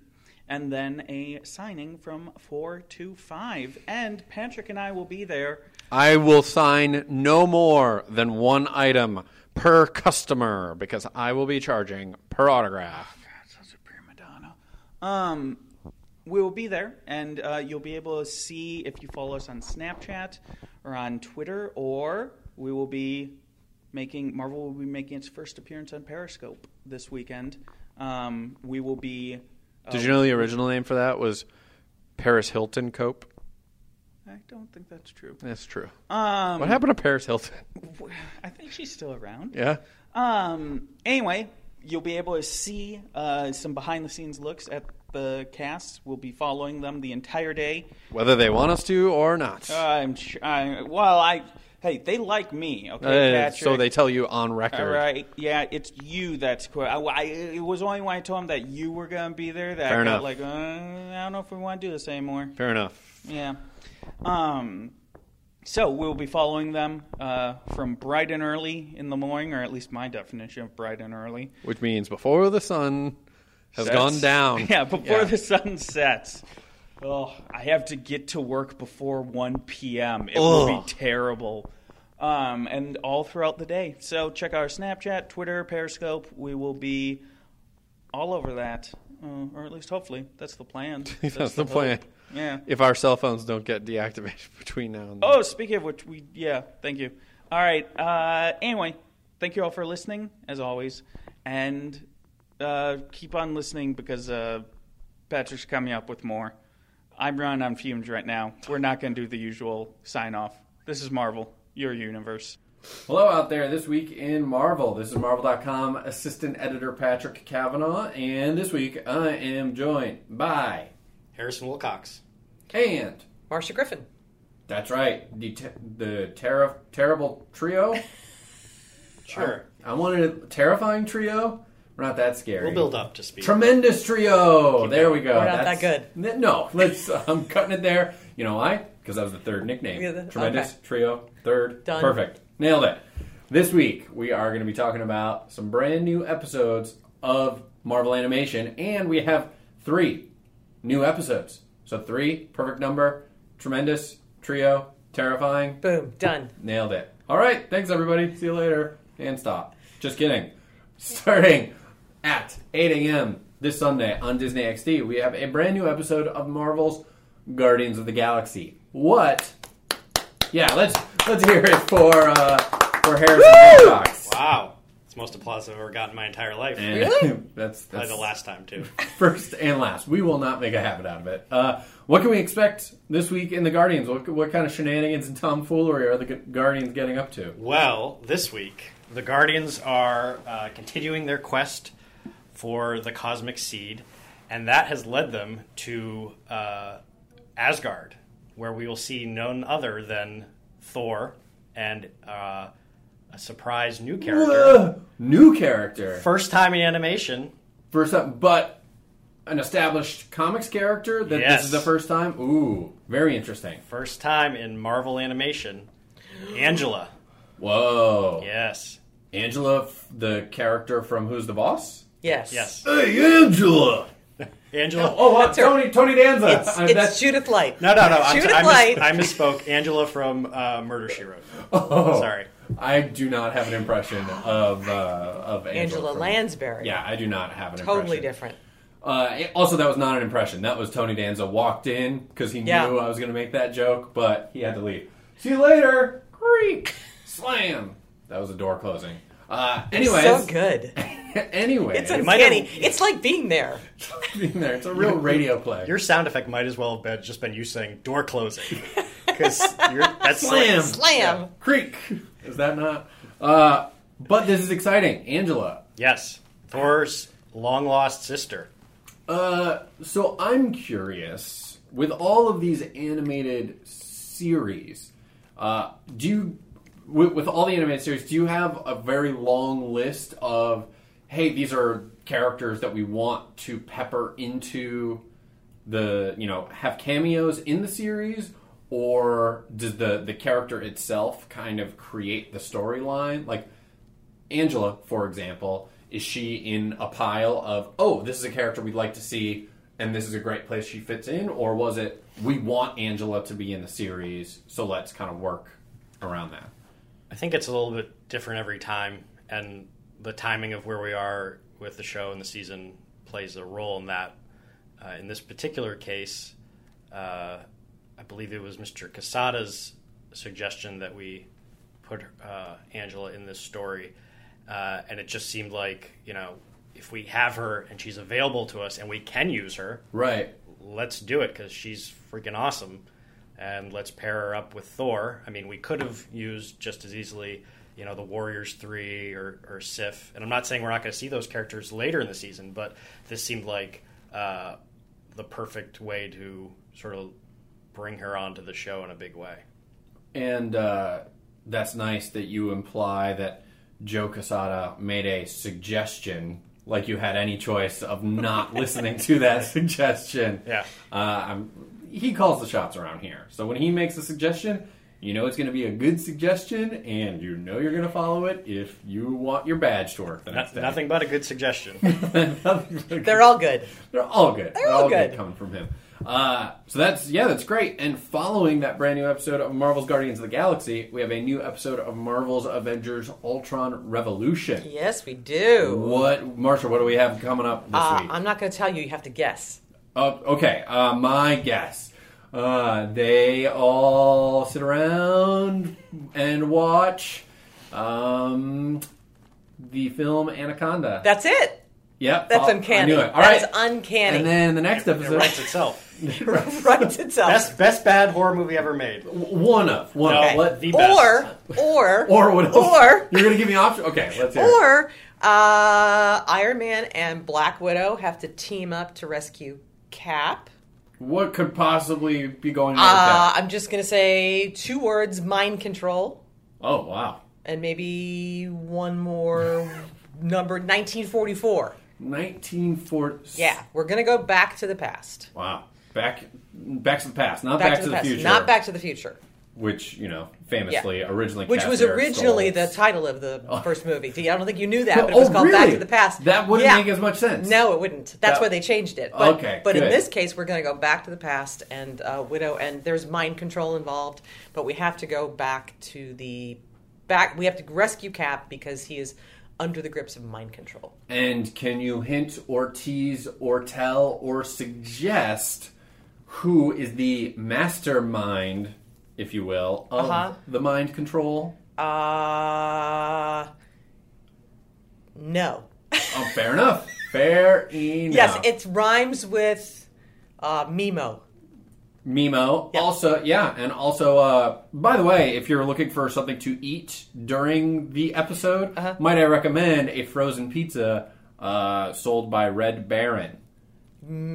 and then a signing from 4 to 5 and patrick and i will be there I will sign no more than one item per customer because I will be charging per autograph. Such a prima donna. Um, we will be there, and uh, you'll be able to see if you follow us on Snapchat or on Twitter, or we will be making Marvel will be making its first appearance on Periscope this weekend. Um, we will be. Uh, Did you know the original name for that was Paris Hilton Cope? I don't think that's true. That's true. Um, what happened to Paris Hilton? (laughs) I think she's still around. Yeah. Um. Anyway, you'll be able to see uh, some behind-the-scenes looks at the casts. We'll be following them the entire day. Whether they want us to or not. I'm sure. I, well, I hey, they like me. Okay, Uh, Patrick. so they tell you on record. All right. Yeah, it's you that's cool. I, I- it was only when I told them that you were gonna be there that Fair I enough. got like, uh, I don't know if we want to do this anymore. Fair enough. Yeah. Um. So we'll be following them uh, from bright and early in the morning, or at least my definition of bright and early Which means before the sun has sets. gone down. (laughs) Yeah, before Yeah. the sun sets. Oh, I have to get to work before 1 p.m. It will Ugh. be terrible. Um, and all throughout the day. So check our Snapchat, Twitter, Periscope. We will be all over that, uh, or at least hopefully. That's the plan. (laughs) That's, the, hope. plan. Yeah. If our cell phones don't get deactivated (laughs) between now and then. Oh, speaking of which, we yeah, thank you. All right. Uh, anyway, thank you all for listening as always, and uh, keep on listening because uh, Patrick's coming up with more. I'm running on fumes right now. We're not going to do the usual sign off. This is Marvel, your universe. Hello out there, this week in Marvel. This is Marvel.com assistant editor Patrick Cavanaugh, and this week I am joined by Harrison Wilcox. and Marcia Griffin. that's right, the, te- the terri terrible trio. Sure. I wanted a terrifying trio. We're not that scary. We'll build up to speed. Tremendous trio. there we go. We're not that good. No, let's. (laughs) I'm cutting it there. You know why? Because that was the third nickname. Yeah, that- Tremendous okay. trio. Third. Done. Perfect. Nailed it. This week we are going to be talking about some brand new episodes of Marvel Animation, and we have three new episodes. So three, perfect number. Tremendous trio. Terrifying. Boom. Done. Nailed it. All right. Thanks, everybody. See you later. And stop. Just kidding. Starting at 8 a.m. this Sunday on Disney XD, we have a brand new episode of Marvel's Guardians of the Galaxy. What? Yeah, let's let's hear it for uh, for Harrison Wilcox. Wow. It's the most applause I've ever gotten in my entire life. And Really? (laughs) that's Probably that's the last time, too. first and last. We will not make a habit out of it. Uh, what can we expect this week in the Guardians? What, what kind of shenanigans and tomfoolery are the Gu- Guardians getting up to? Well, this week, the Guardians are uh, continuing their quest for the Cosmic Seed, and that has led them to uh, Asgard, where we will see none other than Thor and uh, a surprise new character. Ugh, new character. First time in animation. First time, but an established comics character that this Yes. is the first time. Ooh, very interesting. First time in Marvel animation. Angela. Whoa. Yes. Angela, f- the character from Who's the Boss? Yes. Yes. Hey, Angela! Angela. Oh, uh, That's her. Tony Tony Danza. It's, I mean, it's Uh, that's Judith Light. No, no, no. I'm, Judith I, Light. mis- I misspoke. Angela from uh, Murder She Wrote. oh, Sorry. I do not have an impression of uh, of Angela, Angela from- Lansbury. Yeah, I do not have an impression. Totally different. Uh, it- also, that was not an impression. That was Tony Danza walked in because he Yeah. knew I was going to make that joke, but he had to leave. See you later. Creak. Slam. That was a door closing. Uh, anyways, so good. (laughs) anyways, It's it's might uncanny. have- It's like being there. being there. It's a (laughs) real radio play. Your sound effect might as well have been, just been you saying door closing. Because (laughs) that's slam, like- Slam. creak. Is that not? Uh, but this is exciting, Angela. yes. Thor's long lost sister. Uh, so I'm curious with all of these animated series, uh, do you with, with all the animated series, do you have a very long list of hey, these are characters that we want to pepper into the you know have cameos in the series? Or does the, the character itself kind of create the storyline? Like, Angela, for example, is she in a pile of, oh, this is a character we'd like to see and this is a great place she fits in? Or was it, we want Angela to be in the series, so let's kind of work around that? I think it's a little bit different every time, and the timing of where we are with the show and the season plays a role in that. Uh, in this particular case, uh, I believe it was Mr. Casada's suggestion that we put uh, Angela in this story, uh, and it just seemed like you know if we have her and she's available to us and we can use her, Right. let's do it because she's freaking awesome and let's pair her up with thor i mean we could have used just as easily you know the warriors 3 or, or sif and i'm not saying we're not going to see those characters later in the season but this seemed like uh, the perfect way to sort of bring her onto the show in a big way And uh, that's nice that you imply that Joe Casada made a suggestion, like you had any choice of (laughs) not listening to that suggestion. Yeah. Uh, I'm, he calls the shots around here. So when he makes a suggestion, you know it's going to be a good suggestion, and you know you're going to follow it if you want your badge to work the No- next day. nothing but a good suggestion Nothing. They're all good. They're all good. They're, all all good. good. coming from him. Uh, so that's yeah, that's great. And following that brand new episode of Marvel's Guardians of the Galaxy, we have a new episode of Marvel's Avengers: Ultron Revolution. Yes, we do. What, Marsha? What do we have coming up this Uh, week? I'm not going to tell you. You have to guess. Oh, okay, uh, my guess. Uh, they all sit around and watch um, the film Anaconda. That's it. yep, That's oh, uncanny. I knew it. All That right, is uncanny. and (laughs) then the next it episode. writes itself Writes itself. best best bad horror movie ever made One of one. No. Of, Okay. what the best. or or (laughs) or what else? (laughs) Or- you're gonna give me an option? Okay, let's hear. it. or uh, Iron Man and Black Widow have to team up to rescue Cap. What could possibly be going on Uh, with that? I'm just going to say two words: mind control, Oh wow, and maybe one more number: 1944. 1940. Yeah, we're going to go back to the past. Wow. Back, back to the past, not back, Back, to the, past, future. not Back to the Future, which you know famously originally, which cast was Eric originally Stoltz. the title of the first movie. I don't think you knew that, No, but it was oh, called Back really? to the Past. That wouldn't Yeah. make as much sense. No, it wouldn't. That's That- why they changed it. But, Okay, But in good. this case, we're going to go back to the past and uh, widow, and there's mind control involved. But we have to go back to the back. We have to rescue Cap because he is under the grips of mind control. And can you hint or tease or tell or suggest who is the mastermind, if you will, of Uh-huh. the mind control? Uh, no. (laughs) Oh, fair enough. Fair enough. Yes, it rhymes with uh, Mimo. Mimo. Also, yeah, and also, uh, by the way, if you're looking for something to eat during the episode, Uh-huh. might I recommend a frozen pizza uh, sold by Red Baron?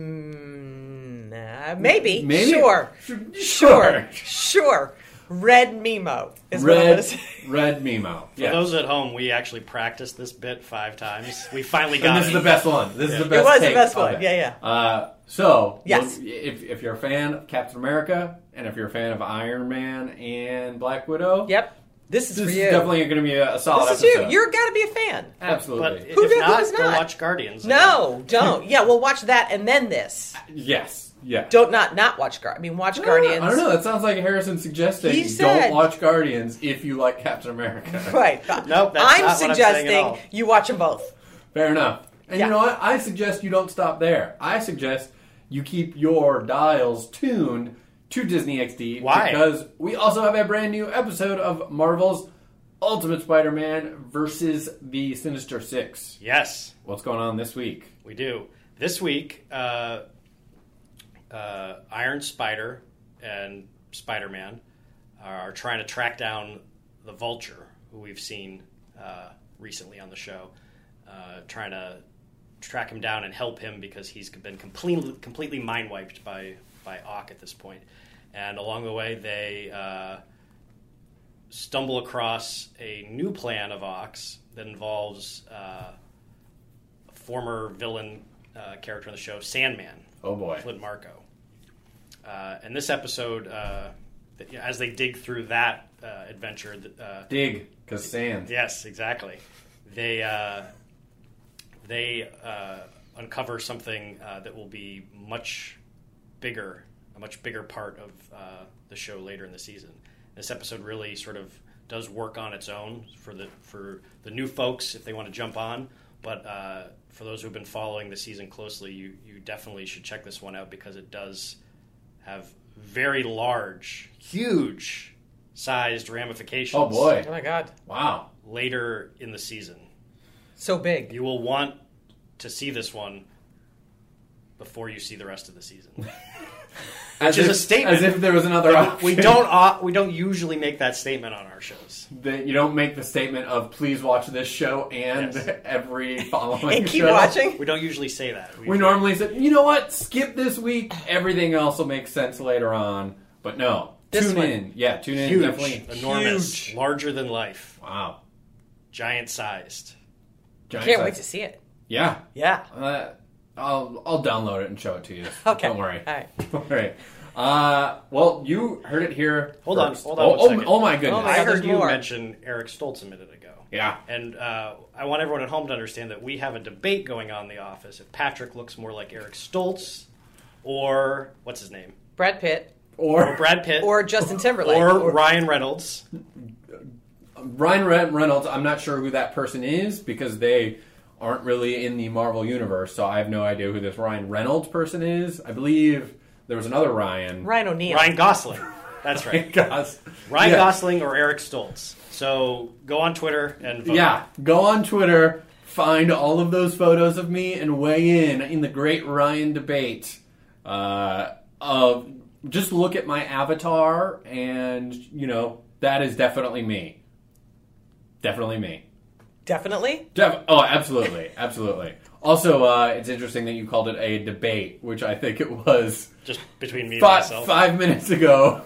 Mm, Nah, maybe. Maybe. Sure. Sure. Sure. Sure. Red Mimo is what I'm going to Red, (laughs) say. Red Mimo. for Yeah. those at home we actually practiced this bit five times we finally and got this it is the best one. This is the best. was the take best of one. it. Yeah, yeah. Uh, so Yes. you'll- if if you're a fan of Captain America and if you're a fan of Iron Man and Black Widow, Yep. This is This for is you. definitely going to be a, a solid this is episode. you. You're got to be a fan. Absolutely. Uh, But Who if did- who not, is go not? watch Guardians. No, don't. Yeah, well, watch that and then this. yes. Yeah. Don't not not watch Guardians. I mean, watch Guardians. I don't know. That sounds like Harrison suggesting He said- don't watch Guardians if you like Captain America. (laughs) Right. Nope, that's I'm not what I'm saying at suggesting all. you watch them both. Fair enough. And Yeah. you know what? I suggest you don't stop there. I suggest you keep your dials tuned to Disney XD. Why? Because we also have a brand new episode of Marvel's Ultimate Spider-Man versus the Sinister Six. Yes, What's going on this week? we do. This week, uh, uh, Iron Spider and Spider Man are trying to track down the Vulture, who we've seen uh, recently on the show, uh, trying to track him down and help him because he's been completely completely mind wiped by by Ock at this point. And along the way, they. Uh, stumble across a new plan of Ox that involves uh, former villain uh, character on the show, Sandman, Oh boy. Flint Marco. Uh, and this episode, uh, th- yeah, as they dig through that uh, adventure, th- uh, Dig, cause sand. yes, exactly, they uh, they uh, uncover something uh, that will be much bigger, a much bigger part of uh, the show later in the season. This episode really sort of does work on its own for the for the new folks if they want to jump on. But uh, for those who've been following the season closely, you you definitely should check this one out because it does have very large, huge sized ramifications. Oh boy. Oh my god, Wow. Later in the season, so big. (laughs) you will want to see this one before you see the rest of the season. As is if, a statement. As if there was another option. (laughs) we don't uh, we don't usually make that statement on our shows. (laughs) That you don't make the statement of please watch this show and Yes. (laughs) every following. (laughs) And keep show. watching. We don't usually say that. We normally say, you know what? Skip this week. Everything else will make sense later on. But no, This tune one. in. Yeah, tune in. huge, Definitely. enormous, larger than life, Wow. giant sized. Giant Can't size. wait to see it. Yeah. Yeah. Uh, I'll I'll download it and show it to you. (laughs) Okay. Don't worry. All (laughs) right. Don't worry. Uh, well, you heard it here. Hold on, first. hold on Oh, one oh, second. oh my goodness. Oh my I God, heard there's you more. mention Eric Stoltz a minute ago. Yeah. And uh, I want everyone at home to understand that we have a debate going on in the office if Patrick looks more like Eric Stoltz or what's his name? Brad Pitt Or Brad Pitt (laughs) or Justin Timberlake or Ryan Reynolds. Ryan Re- Reynolds, I'm not sure who that person is because they aren't really in the Marvel universe, so I have no idea who this Ryan Reynolds person is. I believe there was another Ryan. Ryan O'Neal. Ryan Gosling. (laughs) That's right. Gos- Ryan yeah. Gosling or Eric Stoltz. So go on Twitter and vote. Yeah, go on Twitter, find all of those photos of me, and weigh in in the great Ryan debate. Uh, of just look at my avatar, and you know that is definitely me. Definitely me. Definitely. Def- oh, absolutely, absolutely. Also, uh, it's interesting that you called it a debate, which I think it was Just between me and five, myself. five minutes ago.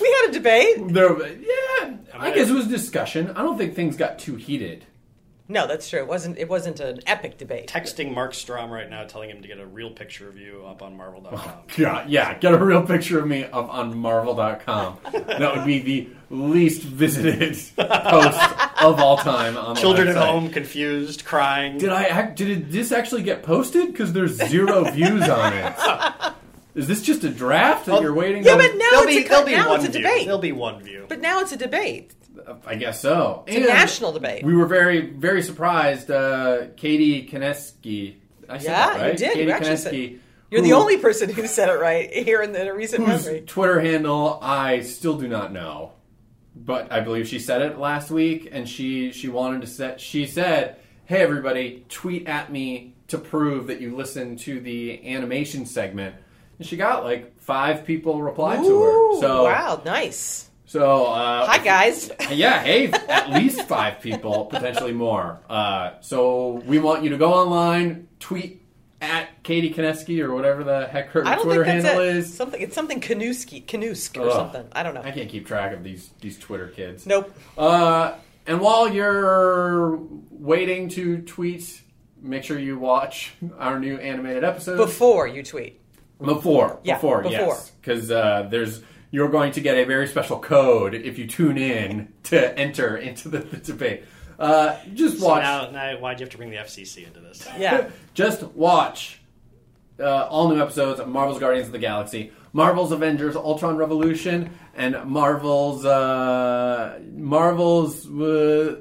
We had a debate. There, yeah, I guess it was discussion. I don't think things got too heated. No, that's true. It wasn't. It wasn't an epic debate. Texting Mark Strom right now, telling him to get a real picture of you up on Marvel.com. Yeah, yeah, get a real picture of me up on Marvel.com. that would be the least visited post (laughs) of all time on the Children at website. home, confused, crying. Did I act, did this actually get posted? Because there's zero views on it. (laughs) Is this just a draft that you're waiting? Yeah, on? but now There'll it's be, a, there'll be now one it's a view. debate. There'll be one view. But now it's a debate. I guess so. It's a national debate. We were very, very surprised. Uh, Katie Kineski. I said Yeah, that, right? you did. You Katie actually said- Kineski, You're the who- only person who said it right here in the in a recent whose memory. Twitter handle I still do not know, but I believe she said it last week, and she she wanted to set. She said, "Hey everybody, tweet at me to prove that you listened to the animation segment." And she got like five people reply to her. Ooh, So wow, nice. so uh, (laughs) Hi guys. yeah, hey, at least five people, potentially more. Uh, so we want you to go online, tweet at Katie Kineski or whatever the heck her I don't Twitter think that's handle it. is. Something it's something Kanuski, Kanusk or Ugh. something. I don't know. I can't keep track of these these Twitter kids. Nope. Uh, and while you're waiting to tweet, make sure you watch our new animated episode Before you tweet. before. Yeah, before, before. yes, because uh, there's you're going to get a very special code if you tune in to enter into the, the debate. Uh, just So watch. now, now, why'd you have to bring the FCC into this? Yeah. Just watch uh, all new episodes of Marvel's Guardians of the Galaxy, Marvel's Avengers: Ultron Revolution, and Marvel's uh, Marvel's. Uh,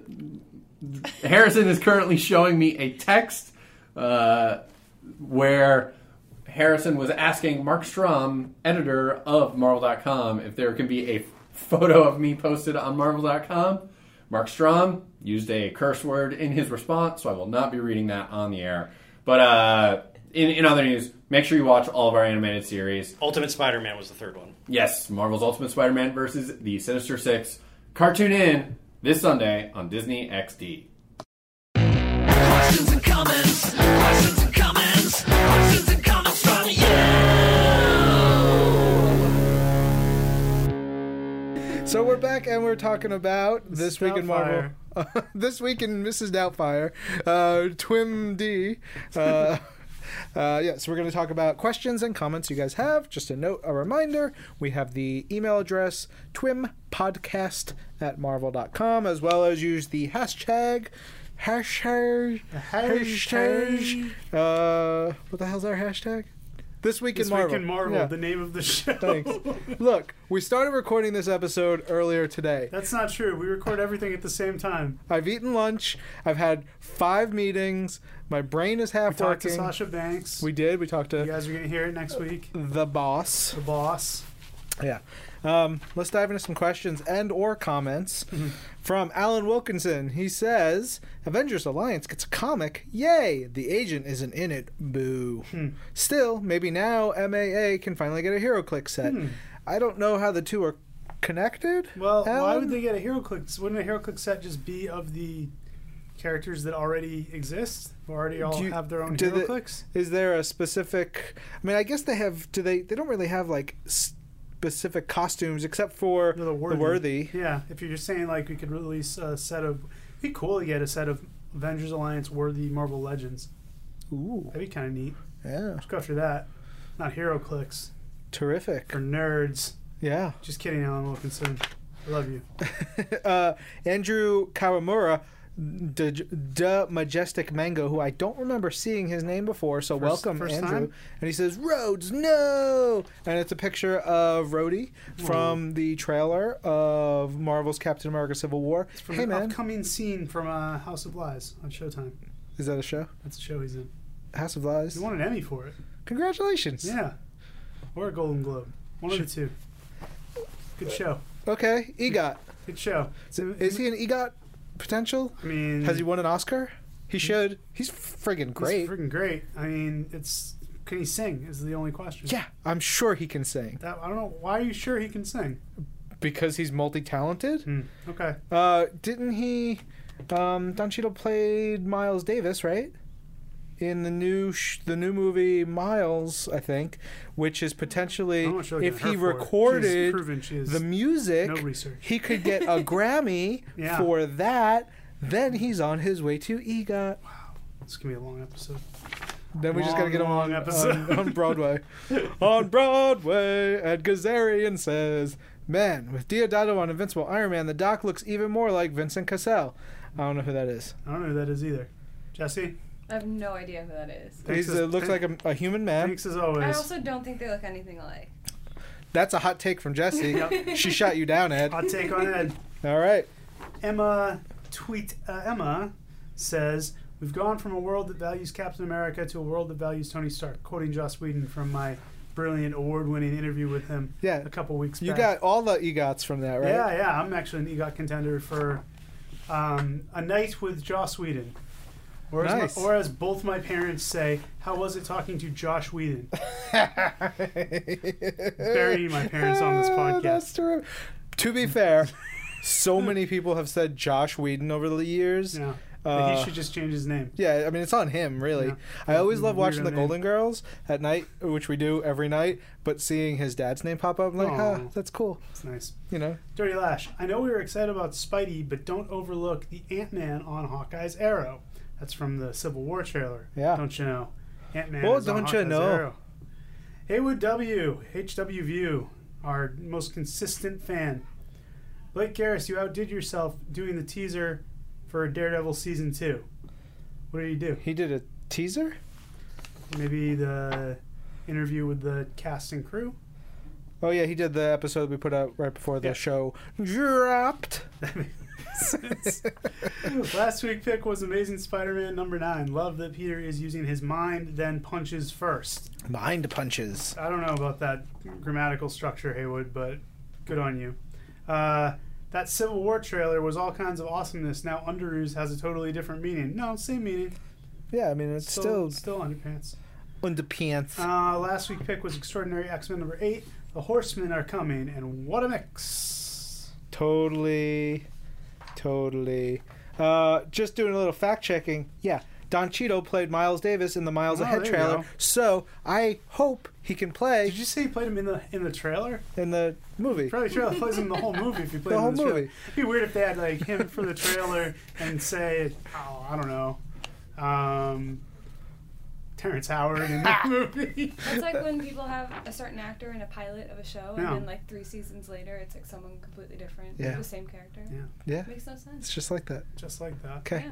Harrison is currently showing me a text uh, where Harrison was asking Mark Strom, editor of Marvel.com, if there can be a photo of me posted on Marvel.com. Mark Strom used a curse word in his response, so I will not be reading that on the air. But uh, in, in other news, make sure you watch all of our animated series. Ultimate Spider-Man was the third one. Yes, Marvel's Ultimate Spider-Man versus the Sinister Six. Cartoon in this Sunday on Disney XD. Questions and comments. Questions and comments. Questions and comments from you. So we're back and we're talking about this week in Marvel. (laughs) this week in Mrs. Doubtfire, uh, Twim D. Uh, (laughs) Uh, yeah, so we're going to talk about questions and comments you guys have. Just a note, a reminder we have the email address twimpodcast at marvel.com as well as use the hashtag. Hashtag. Hashtag. Uh, what the hell's our hashtag? This week This in Marvel. week in Marvel, Yeah. the name of the show. Thanks. Look, we started recording this episode earlier today. (laughs) That's not true. We record everything at the same time. I've eaten lunch. I've had five meetings. My brain is half Talk to working. Sasha Banks. We did. We talked you to guys are gonna hear it next week. the boss. The boss. Yeah. Um, let's dive into some questions and or comments Mm-hmm. from Alan Wilkinson. He says, "Avengers Alliance gets a comic. Yay! The agent isn't in it. Boo. Hmm. Still, maybe now MAA can finally get a Hero Click set. I don't know how the two are connected. Hmm. Well, why Alan? would they get a hero click? Wouldn't a hero click set just be of the characters that already exist? Who already all Do you- have their own do hero the- clicks? Is there a specific? I mean, I guess they have. Do they? They don't really have like specific costumes except for No, the worthy. worthy. Yeah, if you're just saying like we could release a set of, it'd be cool to get a set of Avengers Alliance worthy Marvel Legends. Ooh, That'd be kind of neat. yeah, Let's go after that. Not hero clicks terrific. for nerds. Yeah. (laughs) Just kidding, Alan Wilkinson. I love you. uh, Andrew Kawamura, the the majestic mango, who I don't remember seeing his name before. So welcome, first Andrew. time? And he says Rhodes, no, and it's a picture of Rhodey from the trailer of Marvel's Captain America: Civil War. From hey an man, upcoming scene from uh, House of Lies on Showtime. is that a show? That's a show he's in. House of Lies. He won an Emmy for it. Congratulations. Yeah. Or a Golden Globe. One of the two. Good show. Okay, EGOT. Good show. Is he an EGOT potential? I mean, Has he won an Oscar? He should. He's friggin' Mm. He's great. freaking great. I mean, it's can he sing? Is the only question. yeah, I'm sure he can sing That, I don't know. Why are you sure he can sing? because he's multi-talented. Hmm. Okay. Uh, didn't he? Um, Don Cheadle played Miles Davis, right? In the new sh- the new movie Miles, I think, which is potentially I'm not sure if looking at he her for it. She's recorded proven she is the music, no research. he could get (laughs) a Grammy Yeah. for that. Then he's on his way to EGOT. This can be a long episode. Then we just gotta Long, get him long on, episode. on, on (laughs) Broadway. on Broadway, Ed Gazarian says, "Man, with Diodato on Invincible Iron Man, the Doc looks even more like Vincent Cassell." I don't know who that is. I don't know who that is either. Jesse, I have no idea who that is. Thanks uh, He as- looks like a, a human man. thanks as I always. also don't think they look anything alike. That's a hot take from Jesse. (laughs) Yep. She shot you down, Ed. Hot take on (laughs) Ed. All right. Emma tweet uh, Emma says we've gone from a world that values Captain America to a world that values Tony Stark. Quoting Joss Whedon from my brilliant award-winning interview with him Yeah. a couple weeks You back. got all the egots from that, right? Yeah, yeah. I'm actually an EGOT contender for um, a night with Joss Whedon. Or as, my- Nice. or as both my parents say, how was it talking to (laughs) Josh Whedon? Bury my parents on (laughs) this Ah, That's podcast. true. To be fair, so many people have said Josh Whedon over the years. Yeah. Uh, he should just change his name. Yeah, I mean it's on him really. Yeah. I always love Weirdo watching the name. Golden Girls at night, which we do every night. But seeing his dad's name pop up, I'm like, ah, Aw. that's cool. It's nice. You know, Dirty Lash. I know we were excited about Spidey, but don't overlook the Ant Man on Hawkeye's Arrow. That's from the Civil War trailer. Yeah. Don't you know? Ant Man. Oh, is on don't Hawkeye's you know? Arrow. Haywood W. HW View. our most consistent fan. Blake Garris, you outdid yourself doing the teaser for Daredevil season two. What did you do? He did a teaser? Maybe the interview with the cast and crew. (laughs) (laughs) Oh, yeah, he did the episode we put out right before the show dropped. (laughs) Last week pick was Amazing Spider-Man number nine. Love that Peter is using his mind, then punches first. (laughs) Mind punches. I don't know about that grammatical structure, Haywood, but good on you. Uh, that Civil War trailer was all kinds of awesomeness. Now Underoos has a totally different meaning. No, same meaning. Yeah, I mean, it's still, Still, still underpants. underpants. Uh, last week pick was Extraordinary X-Men number eight. The Horsemen are coming, and what a mix! Totally, totally. Uh, just doing a little fact checking. Yeah, Don Cheeto played Miles Davis in the Miles Oh, Ahead there you trailer, go. so I hope he can play Did you say he played him in the in the trailer? in the movie. Probably trailer plays him the whole movie if you play The him whole in the trailer. movie. It'd be weird if they had like him for the trailer and say, oh, I don't know, um, Terrence Howard (laughs) in the movie. It's like when people have a certain actor in a pilot of a show, and Yeah. then like three seasons later, it's like someone completely different, Yeah. the same character. Yeah. Yeah, Makes no it's sense. just like that. Just like that. Okay, Yeah.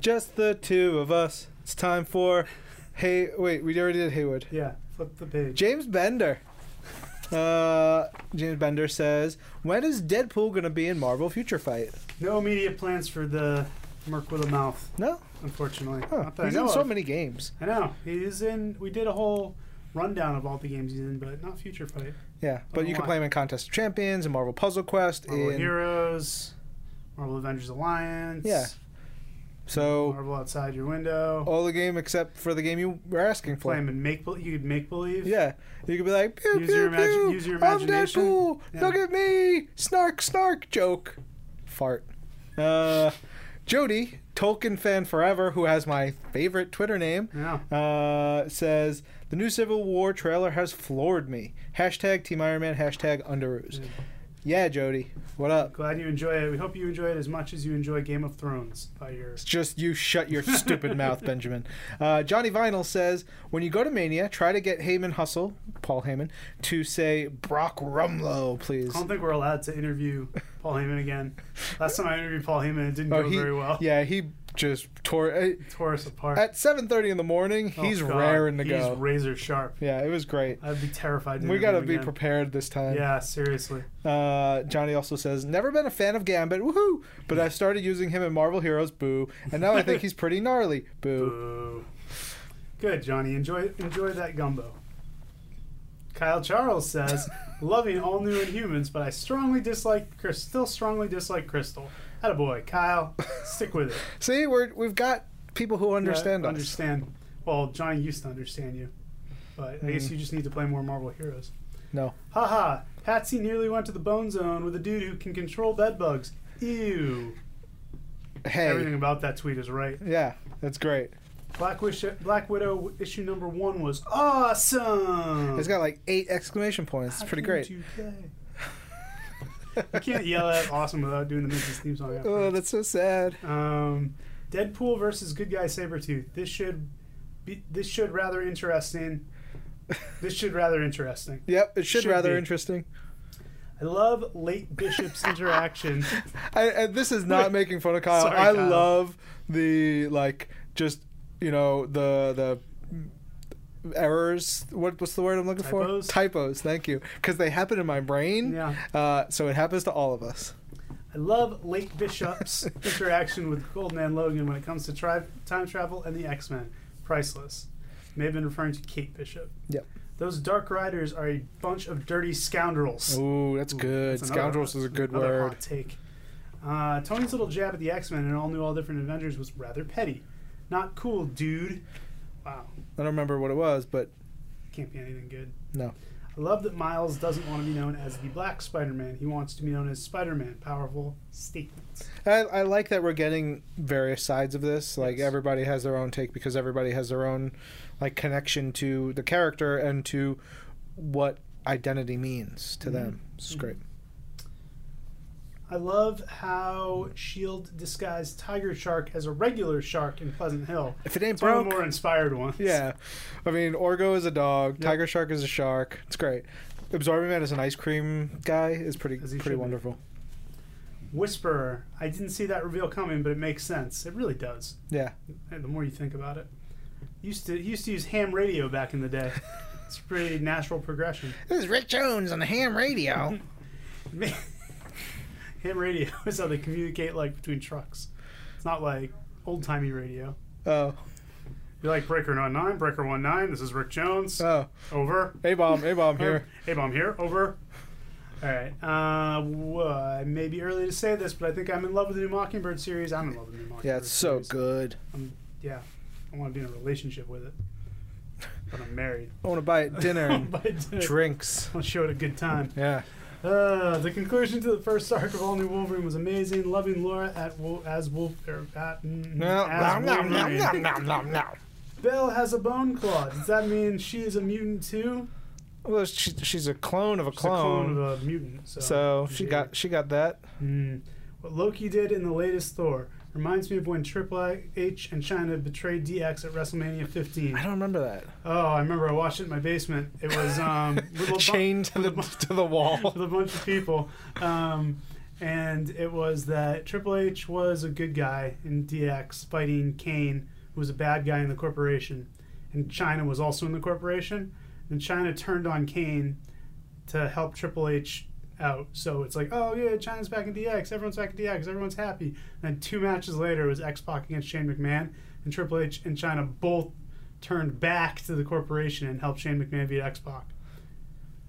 just the two of us. It's time for. Hey, wait, we already did Haywood. Yeah. Flip the page. James Bender. Uh, James Bender says, "When is Deadpool gonna be in Marvel Future Fight?" No immediate plans for the Merc with a Mouth, No, unfortunately. huh. Not that he's I know in so of. many games. I know he's in. We did a whole rundown of all the games he's in, but not Future Fight. Yeah, but know you can why. play him in Contest of Champions and Marvel Puzzle Quest. Marvel in- Heroes, Marvel Avengers Alliance. Yeah. So Marvel Outside Your Window. all the game except for the game you were asking for. play him in make bel- you could make believe. Yeah, you could be like, pew, Use pew, your imagi- pew, use your imagination." I'm Deadpool. Yeah. Look at me. Snark, snark, joke, fart. Uh, Jody, Tolkien fan forever, who has my favorite Twitter name, Yeah. uh, says the new Civil War trailer has floored me. Hashtag Team Iron Man. Hashtag Underoos. Yeah, Jody, what up? Glad you enjoy it. We hope you enjoy it as much as you enjoy Game of Thrones by (laughs) your It's just you shut your (laughs) stupid mouth, Benjamin. Uh, Johnny Vinyl says, when you go to Mania, try to get Heyman Hustle, Paul Heyman, to say Brock Rumlow, please. I don't think we're allowed to interview Paul Heyman again. Last time I interviewed Paul Heyman, it didn't go Oh, he, very well. Yeah, he just tore. It. Tore us apart. At 7:30 in the morning, Oh, he's God. raring to go. He's razor sharp. yeah, it was great. I'd be terrified. To We interview gotta him be again. prepared this time. Yeah, seriously. Uh, Johnny also says, "Never been a fan of Gambit, woohoo! But I started using him in Marvel Heroes, boo! And now I think he's pretty gnarly, boo!" (laughs) Boo. Good, Johnny. Enjoy enjoy that gumbo. Kyle Charles (laughs) says, loving all new Inhumans, but I strongly dislike Chris. Still strongly dislike Crystal. Attaboy, Kyle. Stick with it. See, we're we've got people who (laughs) understand Yeah, us. Understand. Well, Johnny used to understand you, but I Hmm. guess you just need to play more Marvel Heroes. No. Haha. Patsy nearly went to the bone zone with a dude who can control bed bugs. Ew. Hey, Everything about that tweet is right. yeah, that's great. Black, Wish- Black Widow issue number one was awesome. It's got like eight exclamation points. It's pretty great. You can't yell at awesome without doing the Memphis theme (laughs) song. Oh, afterwards. that's so sad. Um, Deadpool versus Good Guy Sabretooth. This should be. This should rather (laughs) interesting. This should rather interesting. Yep, it should, Should rather be. interesting. I love late (laughs) Bishop's interaction. I, and this is not making fun of Kyle. Sorry, I Kyle. love the like just you know the the errors. What what's the word I'm looking Typos? for? Typos. Thank you, because they happen in my brain. Yeah. Uh, so it happens to all of us. I love late (laughs) Bishop's interaction with Golden Man Logan when it comes to tri- time travel and the X Men. Priceless. May have been referring to Kate Bishop. Yep. Those Dark Riders are a bunch of dirty scoundrels. Ooh, that's good. That's another- Scoundrels is a good another word. Hot take. Uh, Tony's little jab at the X Men and all new, all different Avengers was rather petty. Not cool, dude. Wow, I don't remember what it was, but can't be anything good. No. I love that Miles doesn't want to be known as the Black Spider-Man. He wants to be known as Spider-Man. Powerful statements. I, I like that we're getting various sides of this. Like Yes. everybody has their own take because everybody has their own like connection to the character and to what identity means Mm-hmm. to them. It's great. I love how Shield E disguised Tiger Shark as a regular shark in Pleasant Hill. If it ain't It's one of the broke, more inspired ones. yeah. I mean, Orgo is a dog. Tiger Shark is a shark. It's great. Absorbing Man as an ice cream guy is pretty As he pretty should be. wonderful. Whisperer. I didn't see that reveal coming, but it makes sense. It really does. Yeah. And the more you think about it, used to he used to use ham radio back in (laughs) the day. It's a pretty natural progression. (laughs) This is Rick Jones on the ham radio. ham radio is how they communicate like between trucks. It's not like old timey radio. (laughs) oh. You're like breaker 99, breaker 19. This is Rick Jones. Oh. over. A bomb, A bomb (laughs) here. Hey, bomb here. Over. All right. Uh, wha- it may be early to say this, but I think I'm in love with the new Mockingbird series. I'm in love with the new Mockingbird. Yeah, it's so series. Um, good. Yeah, I want to be in a (laughs) relationship with it, but I'm married. I want to buy it (laughs) dinner (laughs) and But I drinks. will show it a good time. Yeah. Uh, the conclusion to the first arc of All New Wolverine was amazing. Loving Laura at Wo- as Wolf er, at, mm, No, as no, no, Wolverine. no, no, no, no. Belle has a bone claw. Does that mean she is a mutant too? Well, she, she's a clone of a She's a clone clone. of a uh, mutant. So, so she got she got that. Hmm. What Loki did in the latest Thor reminds me of when Triple H and China betrayed DX at WrestleMania 15. I don't remember that. Oh, I remember I watched it in my basement. It (laughs) was um, with a bu- Chained (laughs) to the to the wall. with a bunch of people, um, and it was that Triple H was a good guy in DX fighting Kane, who was a bad guy in the corporation, and China was also in the corporation, and China turned on Kane to help Triple H out. So it's like, oh yeah, China's back in DX, everyone's back in DX, everyone's happy. And then two matches later, it was X Pac against Shane McMahon, and Triple H and China both turned back to the corporation and helped Shane McMahon beat X Pac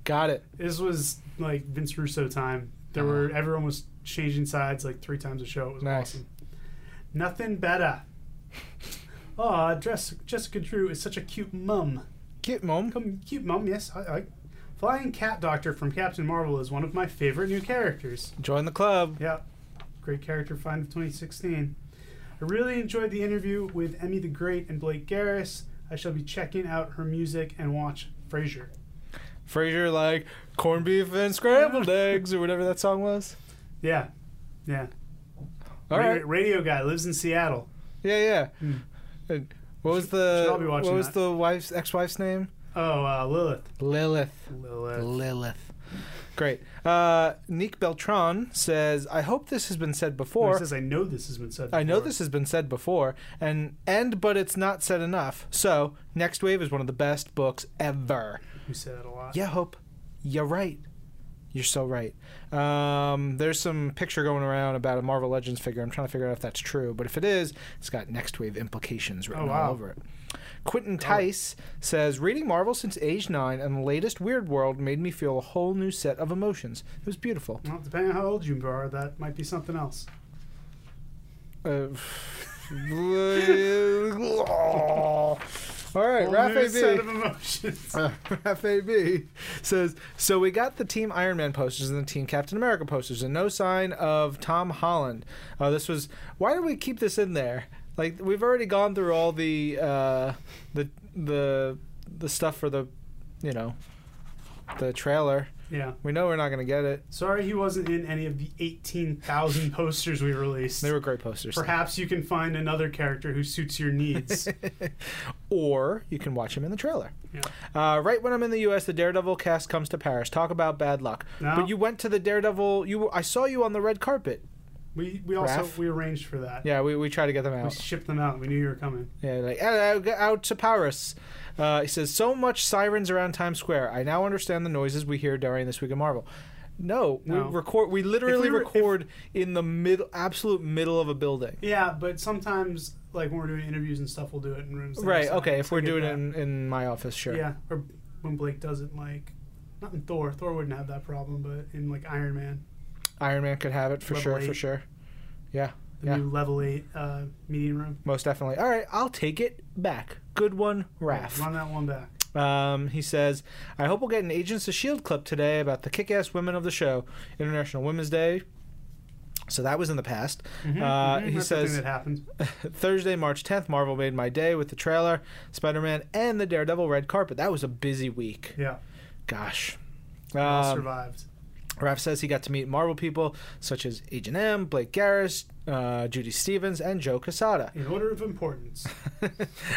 Got it. this was like Vince Russo time. There were everyone was changing sides like three times a show. It was Nice. awesome. Nothing better. Aw, dress Jessica Drew is such a cute mum. Get mom. Come, cute mum, yes. I, I. Flying Cat Doctor from Captain Marvel is one of my favorite new characters. Join the club. Yeah, great character find of 2016. I really enjoyed the interview with Emmy the Great and Blake Garris. I shall be checking out her music and watch Frasier. Frasier like corned beef and (laughs) scrambled eggs or whatever that song was. Yeah, yeah. All Ra- right. Radio guy lives in Seattle. Yeah, yeah. And what was the Hmm. should all be watching what was that. the wife's ex-wife's name? Oh, uh, Lilith. Lilith. Lilith. Lilith. Great. Uh, Nick Beltran says, "I hope this has been said Or, before. says, I know this has been said. I know before." this has been said before, and and but it's not said enough. So, Next Wave is one of the best books ever. You say that a lot. Yeah, Hope, you're right. You're so right. Um, there's some picture going around about a Marvel Legends figure. I'm trying to figure out if that's true, but if it is, it's got Next Wave implications written Oh, wow. all over it. Quentin Tice says, reading Marvel since age nine and the latest Weird World made me feel a whole new set of emotions. It was beautiful. Well, depending on how old you are, that might be something else. Uh, (laughs) all right, Whole new Raph AB. set of (laughs) emotions. Uh, FAB says, so we got the team Iron Man posters and the team Captain America posters, and no sign of Tom Holland. Uh, this was why do we keep this in there? Like we've already gone through all the uh, the the the stuff for the you know the trailer. yeah. We know we're not gonna get it. Sorry he wasn't in any of the 18,000 (laughs) posters we released. They were great posters. Perhaps you can find another character who suits your needs. (laughs) or you can watch him in the trailer. Yeah. Uh, right when I'm in the U.S., the Daredevil cast comes to Paris. Talk about bad luck. No. But you went to the Daredevil. You, I saw you on the red carpet. we we also Raph? we arranged for that. Yeah, we, we try to get them We out. shipped them out. We knew you were coming. Yeah, like "Hello, get out to Paris. Uh, he says so much sirens around Times Square. I now understand the noises we hear during this week in Marvel. No, No. we record. We literally If we were- if- record in the middle, absolute middle of a building. Yeah, but sometimes like when we're doing interviews and stuff, we'll do it in rooms. that are Right. silent. Okay. If I we're get doing that. it in, in my office, sure. Yeah, or when Blake does it, like not in Thor. Thor wouldn't have that problem, but in like Iron Man, Iron Man could have it for Level sure. For eight. sure. Yeah. the Yeah. new level eight uh, meeting room. Most definitely. All right. I'll take it back. Good one, Raph. Run that one back. Um, he says, I hope we'll get an Agents of S.H.I.E.L.D. clip today about the kick ass women of the show, International Women's Day. So that was in the past. uh, Mhm, he that's the thing says, that happened. Thursday, March 10th, Marvel made my day with the trailer, Spider Man, and the Daredevil red carpet. That was a busy week. Yeah, Gosh. all Um, survived. Raph says he got to meet Marvel people such as Agent M, Blake Garris, uh, Judy Stevens, and Joe Casada. In order of importance. (laughs) (laughs)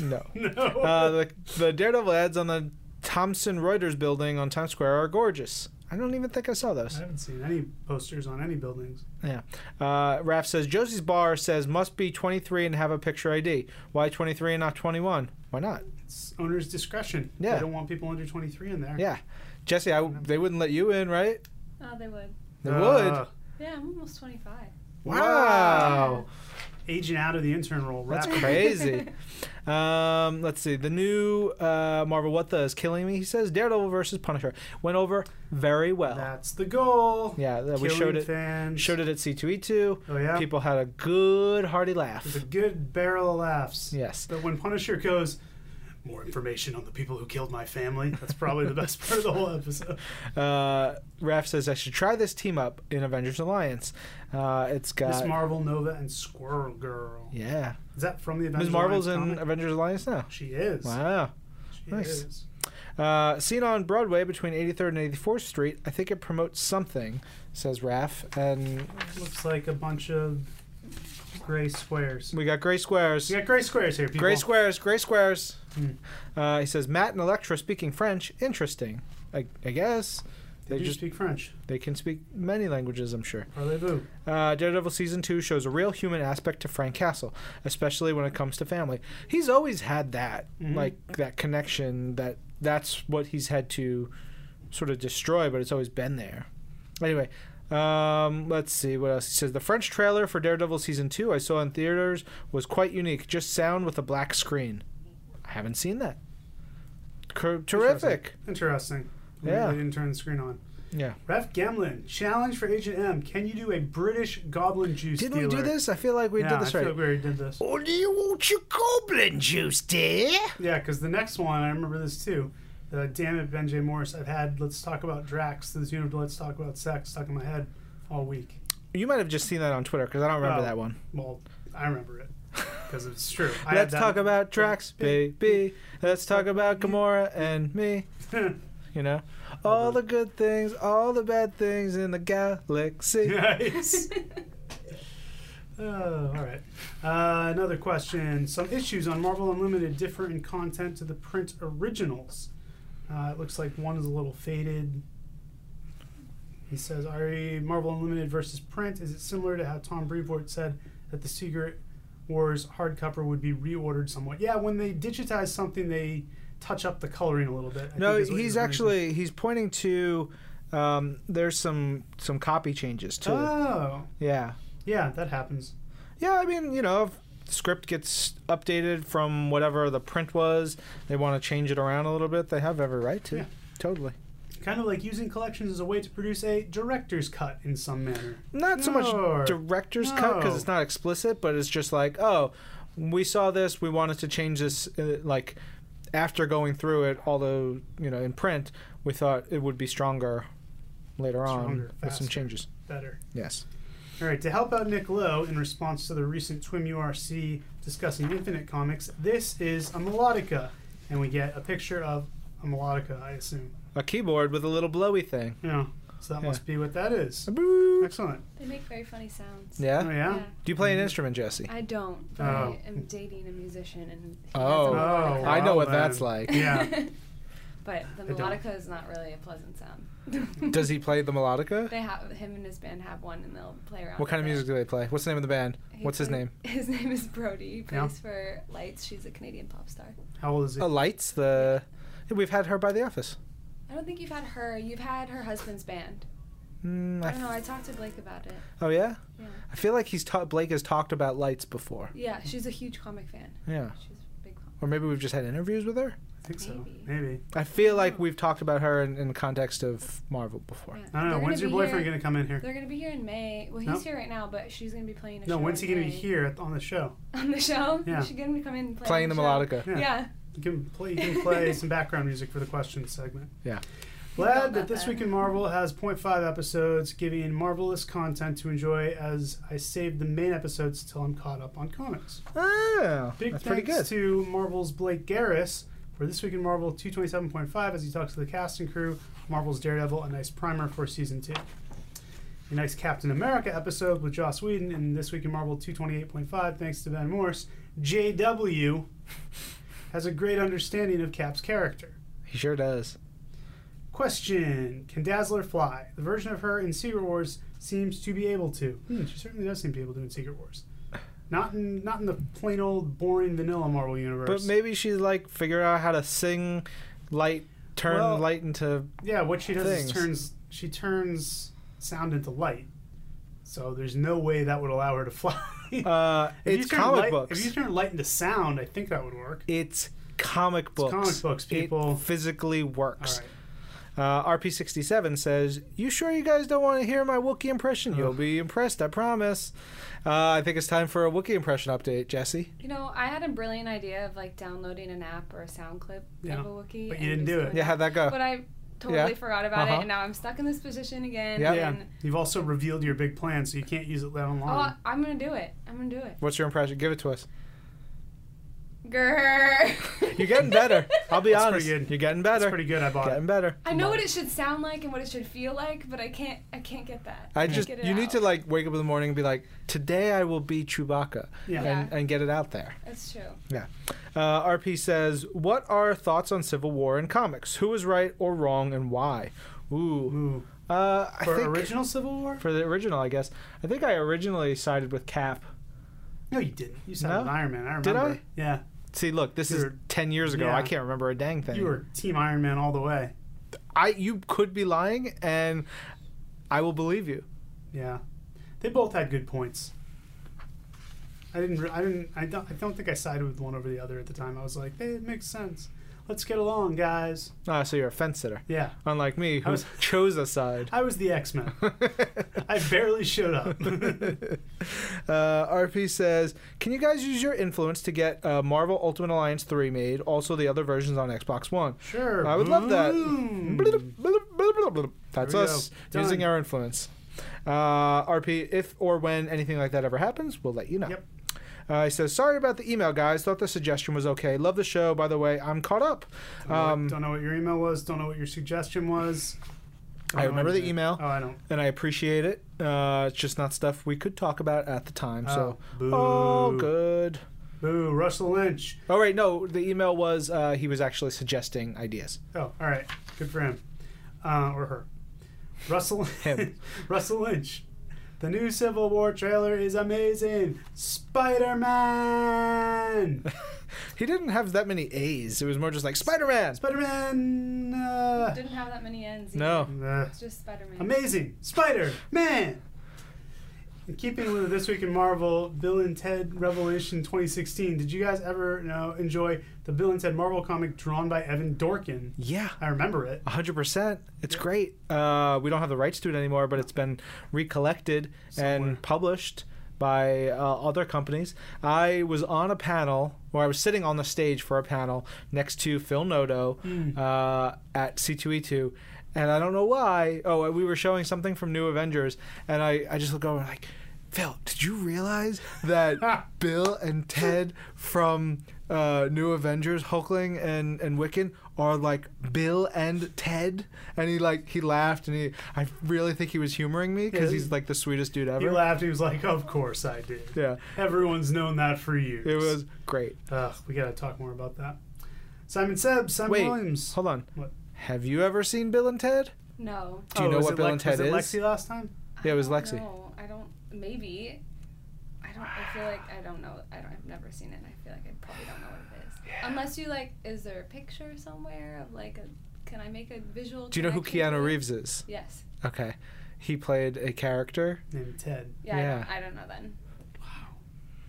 No. no. Uh, the, the Uh, Daredevil ads on the Thomson Reuters building on Times Square are gorgeous. I don't even think I saw those. I haven't seen any posters on any buildings. Yeah. Uh, Raph says Josie's bar says must be 23 and have a picture ID. Why 23 and not 21? Why not? It's owner's discretion. Yeah. They don't want people under 23 in there. Yeah. Jesse, I, they wouldn't let you in, right? Oh, they would. They Uh, Yeah, I'm almost 25. (laughs) (laughs) would. Wow. Wow. Aging out of the intern role. That's rapidly. (laughs) crazy. um, let's see. The new uh, Marvel What the is killing me. He says Daredevil versus Punisher went over very well. That's the goal. yeah, that- we Killing showed it. Fans. Showed it at C2E2. Oh yeah. People had a good hearty laugh. It's a good barrel of laughs. Yes. But when Punisher goes, more information on the people who killed my family. That's probably the best (laughs) part of the whole episode. Uh, Raph says I should try this team up in Avengers Alliance. Uh, it's got Miss Marvel, Nova, and Squirrel Girl. yeah. Is that from the Avengers? Ms. Marvel's in Alliance comic? Avengers Alliance now. She is. Wow. She nice. is. Uh, seen on Broadway between 83rd and 84th Street. I think it promotes something, says Raph. And Looks like a bunch of gray squares. we got gray squares. We got gray squares here, people. Gray squares, gray squares. Hmm. Uh, he says Matt and Electra speaking French. Interesting. I, I guess They they do just speak French. they can speak many languages. I'm sure. Parlez-vous. Uh, Daredevil season two shows a real human aspect to Frank Castle, especially when it comes to family. He's always had that, Mhm. like that connection. That that's what he's had to sort of destroy, but it's always been there. Anyway, um, let's see what else he says. The French trailer for Daredevil season two I saw in theaters was quite unique. Just sound with a black screen. I haven't seen that. Cur- terrific. Interesting. Yeah. They didn't turn the screen on. Yeah. Ref Gamlin, challenge for Agent M. Can you do a British goblin juice Didn't we do dealer? this? I feel like we yeah, did this I right. feel like we already did this. Or Oh, do you want your goblin juice, dear? Yeah, because the next one, I remember this too. Uh, damn it, Ben J. Morris. I've had Let's Talk About Drax, the tune of Let's Talk About Sex, stuck in my head all week. you might have just seen that on Twitter because I don't remember Oh. that one. Well, I remember it because it's true. I had Let's that- talk (laughs) about Drax, baby. Let's talk about Gamora and me. You know, all the good things, all the bad things in the galaxy. (laughs) Nice. Oh, all right. Uh, another question. Some issues on Marvel Unlimited differ in content to the print originals. Uh, it looks like one is a little faded. He says, "Are Marvel Unlimited versus print? Is it similar to how Tom Brevoort said that the Secret Wars hardcover would be reordered somewhat?" Yeah, when they digitize something, they touch up the coloring a little bit. (laughs) I No, (laughs) think is what he's you're referring to. actually he's pointing to. Um, there's some some copy changes too. Oh, yeah, yeah, that happens. yeah. I mean, you know, if the script gets updated from whatever the print was. They want to change it around a little bit. They have every right to. Yeah. Totally. kind of like using collections as a way to produce a director's cut in some manner. not so Sure. much director's cut 'cause cut because No. it's not explicit, but it's just like, oh, we saw this, we wanted to change this. Uh, like after going through it, although you know in print, we thought it would be stronger later Stronger, on with some faster. changes. Better. Yes. All right, to help out Nick Lowe in response to the recent Twim URC discussing Infinite Comics, this is a melodica, and we get a picture of a melodica, I assume. A keyboard with a little blowy thing. Yeah, so that Yeah. must be what that is. Excellent. They make very funny sounds. Yeah. Oh, yeah? Do you play an instrument, Jesse? I don't, but Oh. I am dating a musician and he Oh. has a melodica. I know wow, what that's like. (laughs) Yeah. (laughs) but the don't. melodica is not really a pleasant sound. Does he (laughs) play the melodica? They have him and his band have one, and they'll play around. What kind of with it. music do they play? What's the name of the band? He What's his plays- name? (laughs) His name is Brody. He Yeah. plays for Lights. She's a Canadian pop star. How old is he? Oh, Lights. The we've had her by the office. I don't think you've had her. You've had her husband's band. Mm, I I don't know. f- I talked to Blake about it. oh yeah. Yeah. I feel like he's ta- Blake has talked about Lights before. Yeah, she's a huge comic fan. Yeah. She's a big comic. Or maybe we've just had interviews with her. I think so. Maybe. Maybe. I feel like we've talked about her in, in the context of Marvel before. Yeah. I don't know. They're When's gonna your be boyfriend here- going to come in here? They're gonna be here in May. Well, he's Nope. here right now, but she's gonna be playing a No, show. when's he in going to be May. here at, on the show? (laughs) On the show? Yeah. You should get him to come in and play. Playing the on show. melodica. Yeah. Yeah. You can play, you can play some background music for the question segment. Yeah. Forgot Glad about that This that. Week in Marvel has 0.5 episodes, giving marvelous content to enjoy as I save the main episodes till I'm caught up on comics. Oh, Big that's pretty thanks good. to Marvel's Blake Garris for This Week in Marvel 227.5 as he talks to the cast and crew, Marvel's Daredevil, a nice primer for season two. A nice Captain America episode with Joss Whedon in This Week in Marvel 228.5, thanks to Ben (laughs) Morse. JW has a great understanding of Cap's character. He sure does. Question: Can Dazzler fly? The version of her in Secret Wars seems to be able to. Hmm, she certainly does seem to be able to in Secret Wars. Not in not in the plain old boring vanilla Marvel universe. But maybe she's like figure out how to sing light, turn Well- light into. yeah, what she does Things. is turns she turns sound into light. So there's no way that would allow her to (laughs) fly. Uh, If you it's turn comic light, books. If you turn light into sound, I think that would work. it's comic books. comic books, It people. physically All works. right. Uh, RP67 says, You sure you guys don't want to hear my Wookiee impression? You'll be impressed, I promise. Uh, I think it's time for a Wookiee impression update, Jesse. You know, I had a brilliant idea of like downloading an app or a sound clip Yeah, of a Wookiee. but and you didn't just do it. doing Yeah, how'd that go? But I totally Yeah. forgot about Uh-huh. it, and now I'm stuck in this position again. Yeah. Yeah, And, you've also revealed your big plan, so you can't use it down oh, long. I'm gonna do it. I'm gonna do it. What's your impression? Give it to us. (laughs) Grrr. You're getting better. I'll be (laughs) That's honest. pretty good. You're getting That's better. pretty good. I bought it. Getting better. (laughs) I know what it should sound like and what it should feel like, but I can't. I can't get that. I can't just get it you need out. to like wake up in the morning and be like, today I will be Chewbacca, Yeah. and, and get it out there. That's true. Yeah. Uh, RP says, "What are our thoughts on Civil War in comics? Who was right or wrong, and why?" Ooh. Ooh. Uh, I Hmm. For think original Civil War? for the original, I guess. I think I originally sided with Cap. No, you didn't. You said No? an Iron Man. I remember. Did I? Yeah, See, look, this is You're- ten years ago. yeah. I can't remember a dang thing. you were Team Iron Man all the way. I you could be lying, and I will believe you. Yeah, they both had good points. I didn't. Re- I didn't. I don't. I don't think I sided with one over the other at the time. I was like, hey, it makes sense. Let's get along, guys. Ah, so you're a fence sitter, Yeah, unlike me, who was- (laughs) chose a (laughs) side. I was the X Men. I barely showed up. Uh, RP says, "Can you guys use your influence to get uh, Marvel Ultimate Alliance three made? Also, the other versions on Xbox One. sure, I would love that. Boom. Bloop, bloop, bloop, bloop, bloop. That's There we us go. Done. using our influence. Uh, RP, if or when anything like that ever happens, we'll let you know. Yep. Uh, he says, "Sorry about the email, guys. Thought the suggestion was okay. Love the show. By the way, I'm caught up. Um, don't know what your email was. Don't know what your suggestion was. Don't I know remember the anything. email. Oh, I don't. and I appreciate it. Uh, it's just not stuff we could talk about at the time. so, boo. all good. Boo, Russell Lynch. Oh wait, no. The email was uh, he was actually suggesting ideas. Oh, all right. Good for him. Uh, or her. Russell (laughs) Him. (laughs) Russell Lynch. The new Civil War trailer is amazing. Spider (laughs) Man. He didn't have that many A's. It was more just like Spider Man. Spider Man. Uh, (laughs) Didn't have that many ends. No. either. uh, It's just Spider-Man. amazing. Spider Man. In keeping with This Week in Marvel, Bill and Ted Revelation 2016, did you guys ever you know, enjoy the Bill and Ted Marvel comic drawn by Evan Dorkin? Yeah. I remember it. a 100%. It's great. Uh, we don't have the rights to it anymore, but it's been recollected Somewhere. and published by uh, other companies. I was on a panel, or I was sitting on the stage for a panel next to Phil Noto uh, at C2E2. And I don't know why. Oh, we were showing something from New Avengers, and I, I just look over and like, Phil, did you realize (laughs) that Bill and Ted from uh, New Avengers, Hulkling and, and Wiccan, are like Bill and Ted? And he like he laughed, and he I really think he was humoring me because Yeah. he's like the sweetest dude He ever. laughed. He was like, "Of course I did. Yeah. Everyone's known that for years." It was great. Ugh, we gotta talk more about that. Simon Seb, Simon Wait, Williams. hold on. What? Have you ever seen Bill and Ted? No. Do you Oh, know was what it Bill Lex- and Ted was it is? Lexi last time? Yeah, it was I don't Lexi. know. I don't. Maybe. I don't. I feel like I don't know. I don't. I've never seen it. and I feel like I probably don't know what it is. Unless you like, is there a picture somewhere of like a? Can I make a visual? Do you know who connection to Keanu it? Reeves is? Yes. Okay, he played a character. Named Ted. Yeah. I, Yeah. don't, I don't know then. Wow.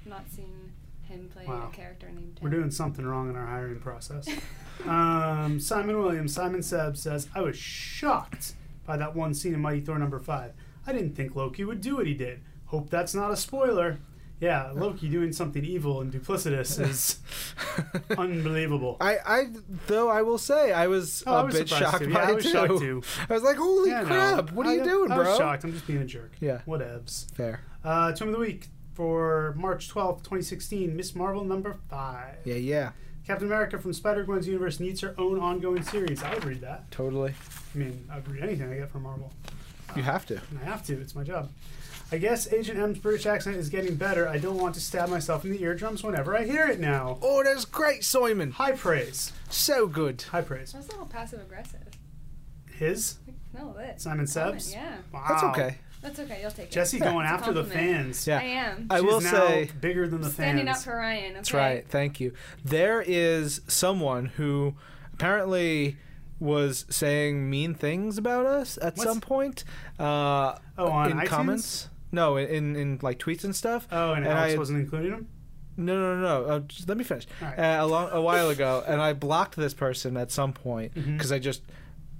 Not seen him play Wow. a character named. Ted. We're doing something wrong in our hiring process. um, Simon Williams, Simon Seb says, "I was shocked by that one scene in Mighty Thor number five. I didn't think Loki would do what he did. Hope that's not a spoiler." Yeah, Loki doing something evil and duplicitous (laughs) is unbelievable. I, I though I will say I was Oh, a I was bit surprised shocked too. by Yeah, I it was too. shocked too. (laughs) I was like, holy Yeah, no. crap! What are you I- doing, I bro? was shocked. I'm just being a jerk. Yeah. Whatevs. Fair. Uh, Tomb of the Week for March 12th, 2016. Miss Marvel number five. Yeah, yeah, Captain America from Spider Gwen's universe needs her own ongoing series. I would read that. totally. I mean, I would read anything I get from Marvel. You have to. And I have to, it's my job. I guess Agent M's British accent is getting better. I don't want to stab myself in the eardrums whenever I hear it now. Oh, that's great, Simon. High praise. So good. High praise. That's a little passive aggressive. His? No, that Simon comment, Sebs? Yeah, Wow. That's okay. that's okay. You'll take it. Jesse going It's a after the compliment. fans. Yeah. I am I She's will now say. bigger than the standing fans. up for Ryan. Okay? That's right. Thank you. There is someone who apparently was saying mean things about us at What's- some point. Uh, Oh, on in iTunes? comments. No, in, in in like tweets and stuff. Oh, and, And Alex I- wasn't including him? No, no, no, no. Uh, just let me finish. All right. Uh, a, long, a while ago, and I blocked this person at some point Mm-hmm. because I just,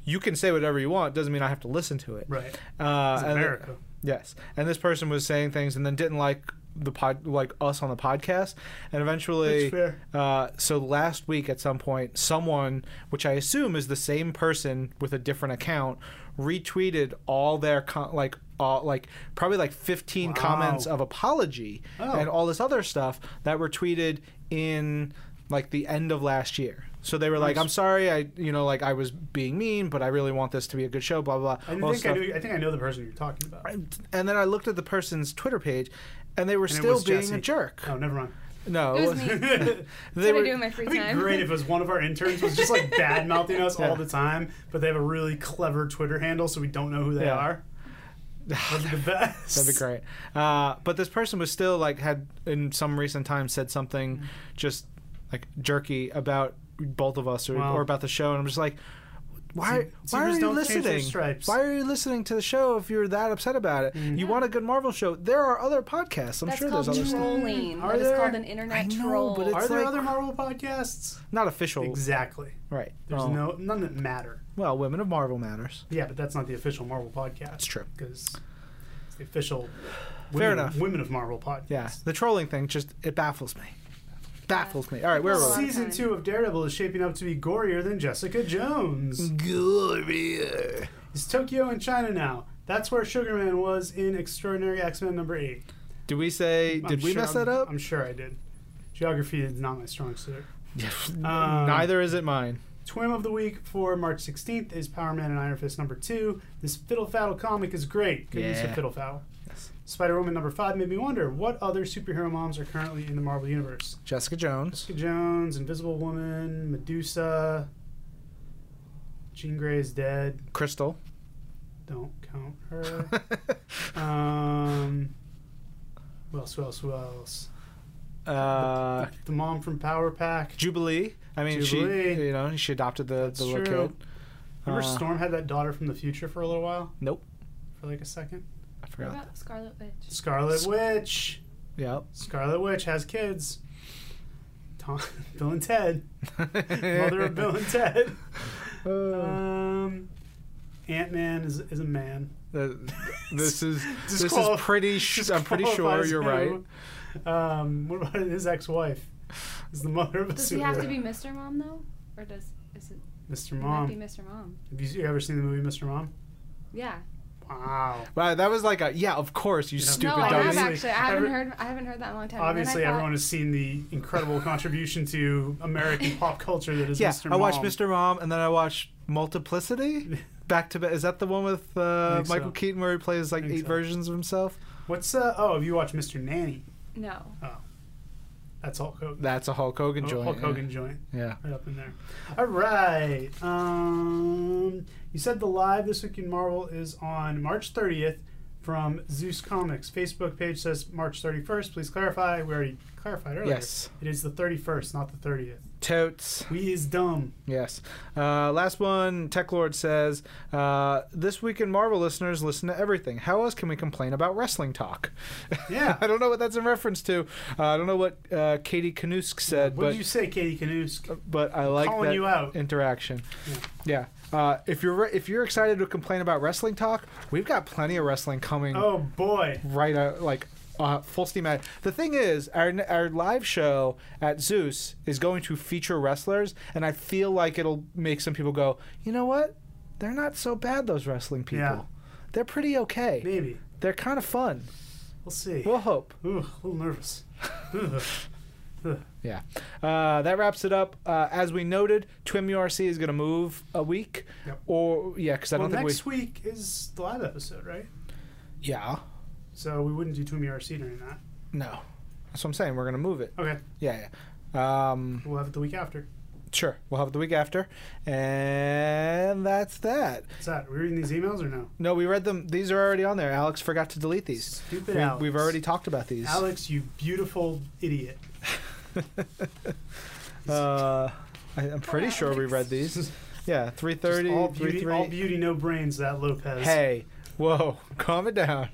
you can say whatever you want. Doesn't mean I have to listen to it. Right. Uh, It's and- America. yes, and this person was saying things and then didn't like the pod, like us on the podcast, and eventually, That's fair. Uh, so last week at some point, someone, which I assume is the same person with a different account, retweeted all their con- like. all like probably like 15 Wow. comments of apology Oh. and all this other stuff that were tweeted in like the end of last year. So they were like, "I'm sorry, I you know like I was being mean, but I really want this to be a good show." Blah blah. blah I all think, this stuff. I, knew, I think I know the person you're talking about. And And then I looked at the person's Twitter page, and they were it still was being Jesse. a jerk. Oh, never mind. No, It was me. That's (laughs) they what I do were. in my (laughs) free It'd be time. great if it was one of our interns was just (laughs) like bad mouthing us all the time, but they have a really clever Twitter handle, so we don't know who they Yeah. (sighs) are. That'd be the best. That'd be great. Uh, but this person was still like had in some recent time said Mm. something just like jerky about both of us or, Wow. or about the show, and I'm just like. Why, Ze- why are zebras you don't change their listening? stripes. Mm. Why are you listening to the show if you're that upset about it? You want a good Marvel show. There are other podcasts. I'm (laughs) That's sure there's called other stuff. trolling. Are That is there- called an internet I know, troll. but it's- Are there like- other Marvel podcasts? Not official, Exactly. right? There's Oh. no none that matter. Well, Women of Marvel matters. Yeah, but that's not the official Marvel podcast. It's true. Because it's the official women, enough. women of Marvel podcast. Yeah, the trolling thing just it baffles me. Baffles me. All right, where were we? Season two of Daredevil is shaping up to be gorier than Jessica Jones. Gloria. It's Tokyo and China now. That's where Sugarman was in Extraordinary X Men number eight. Did we say? I'm Did we sure mess I'm- that up? I'm sure I did. Geography is not my (laughs) strong suit. Um, Neither is it mine. Twim of the week for March 16th is Power Man and Iron Fist number two. This Fiddle Faddle comic is great. Good use of Yeah. Fiddle Faddle. Spider Woman number five made me wonder what other superhero moms are currently in the Marvel Universe. Jessica Jones. Jessica Jones, Invisible Woman, Medusa, Jean Grey is dead. Crystal. (laughs) Don't count her. um, who else? Who else? (laughs) Who else? uh, The mom from Power Pack. Jubilee. I mean, she Jubilee. you know she adopted the That's the little true. kid. Remember, Uh, Storm had that daughter from the future for a little while, Nope, for like a second. I What forgot. about Scarlet Witch? Scarlet Witch. Yep. Scarlet Witch has kids. Tom, (laughs) Bill and Ted, (laughs) mother of Bill and Ted. Uh. Um, Ant Man is, is a man. The- this is this is Disqual- pretty. Sh- I'm pretty sure Disqualifies you're right. him. Um, what about his ex-wife? Is the mother of a Does he have to superhero. be Mr. Mom though, or does is it Mr. it Mom? might be Mr. Mom? Have you ever seen the movie Mr. Mom? Yeah. Wow. Wow, that was like a yeah. Of course, you stupid No, I have dummy. obviously- actually. I haven't every- heard. I haven't heard that in a long time. And then Obviously, I thought, everyone has seen the incredible contribution to (laughs) American pop culture that is Yeah, Mr. I watched Mom. Mr. Mom, and then I watched Multiplicity. Back to Ba- is that the one with uh, think so. Michael Keaton where he plays like think eight so. versions of himself? (laughs) What's uh? Oh, have you watched Mr. Nanny? Oh. No. That's Hulk Hogan. That's a Hulk Hogan joint. Oh, Hulk yeah. Hogan joint. Yeah. right up in there. All right. Um, you said the live this week in Marvel is on March 30th from Zeus Comics. Facebook page says March 31st. Please clarify. We already clarified earlier. Yes. It is the 31st, not the 30th. Totes. We is dumb. Yes. Uh, last one, Tech Lord says, uh, This week in Marvel, listeners listen to everything. How else can we complain about wrestling talk? Yeah. (laughs) I don't know what that's in reference to. Uh, I don't know what uh, Katie Kanusk said, What but Uh, did you say, Katie Kanusk? but I like Calling that you out. interaction. Yeah. Uh, if you're re- if you're excited to complain about wrestling talk, we've got plenty of wrestling coming Oh, boy. right out like uh, full steam ahead. The thing is, our our live show at Zeus is going to feature wrestlers, and I feel like it'll make some people go, you know what? They're not so bad. Those wrestling people, Yeah. they're pretty okay. Maybe. They're kind of fun. We'll see. We'll hope. Ooh, a little (laughs) nervous. Ugh. Yeah. Uh, that wraps it up. Uh, as we noted, Twim URC is going to move a week, Yep. or yeah, because I well, don't think next we. week is the live episode, right? Yeah. so we wouldn't do Toomeyara Sea during that. No, that's what I'm saying. We're gonna move it. Okay, Yeah, yeah. Um, we'll have it the week after. sure, we'll have it the week after, and that's that. What's that? Are we reading these emails or no? No, we read them. These are already on there. Alex forgot to delete these. Stupid we, Alex. We've already talked about these. Alex, you beautiful idiot. (laughs) Uh, I, I'm pretty sure we read these. Yeah, three Just thirty. all, beauty, all beauty, no brains. That Lopez. Hey, whoa, (laughs) calm it down.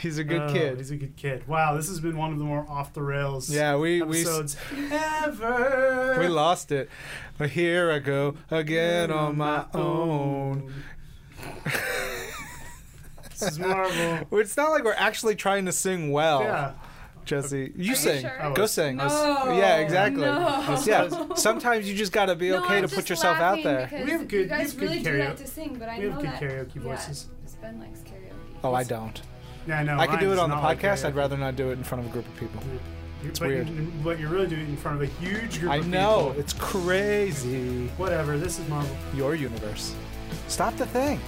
He's a good Oh, kid. He's a good kid. Wow, this has been one of the more off the rails. Yeah, we we s- episodes ever. we lost it. But here I go again on my own. This (laughs) is Marvel. It's not like we're actually trying to sing well, Yeah. Jesse. You you sing. sure? I Go was- sing. No. Yeah, exactly. No. Yeah. Sometimes you just gotta be No, okay I'm to just put yourself out laughing there. because We have good- You guys we have good really do like karaoke. to sing, but I We have know good that. karaoke yeah, voices. Ben likes karaoke. Oh, I don't. Yeah, I know. I could do Ryan it on the does not like podcast. that. I'd rather not do it in front of a group of people. It's but weird. You, but you're really doing it in front of a huge group I of know people. it's crazy. Whatever. This is Marvel. Your universe. Stop the thing.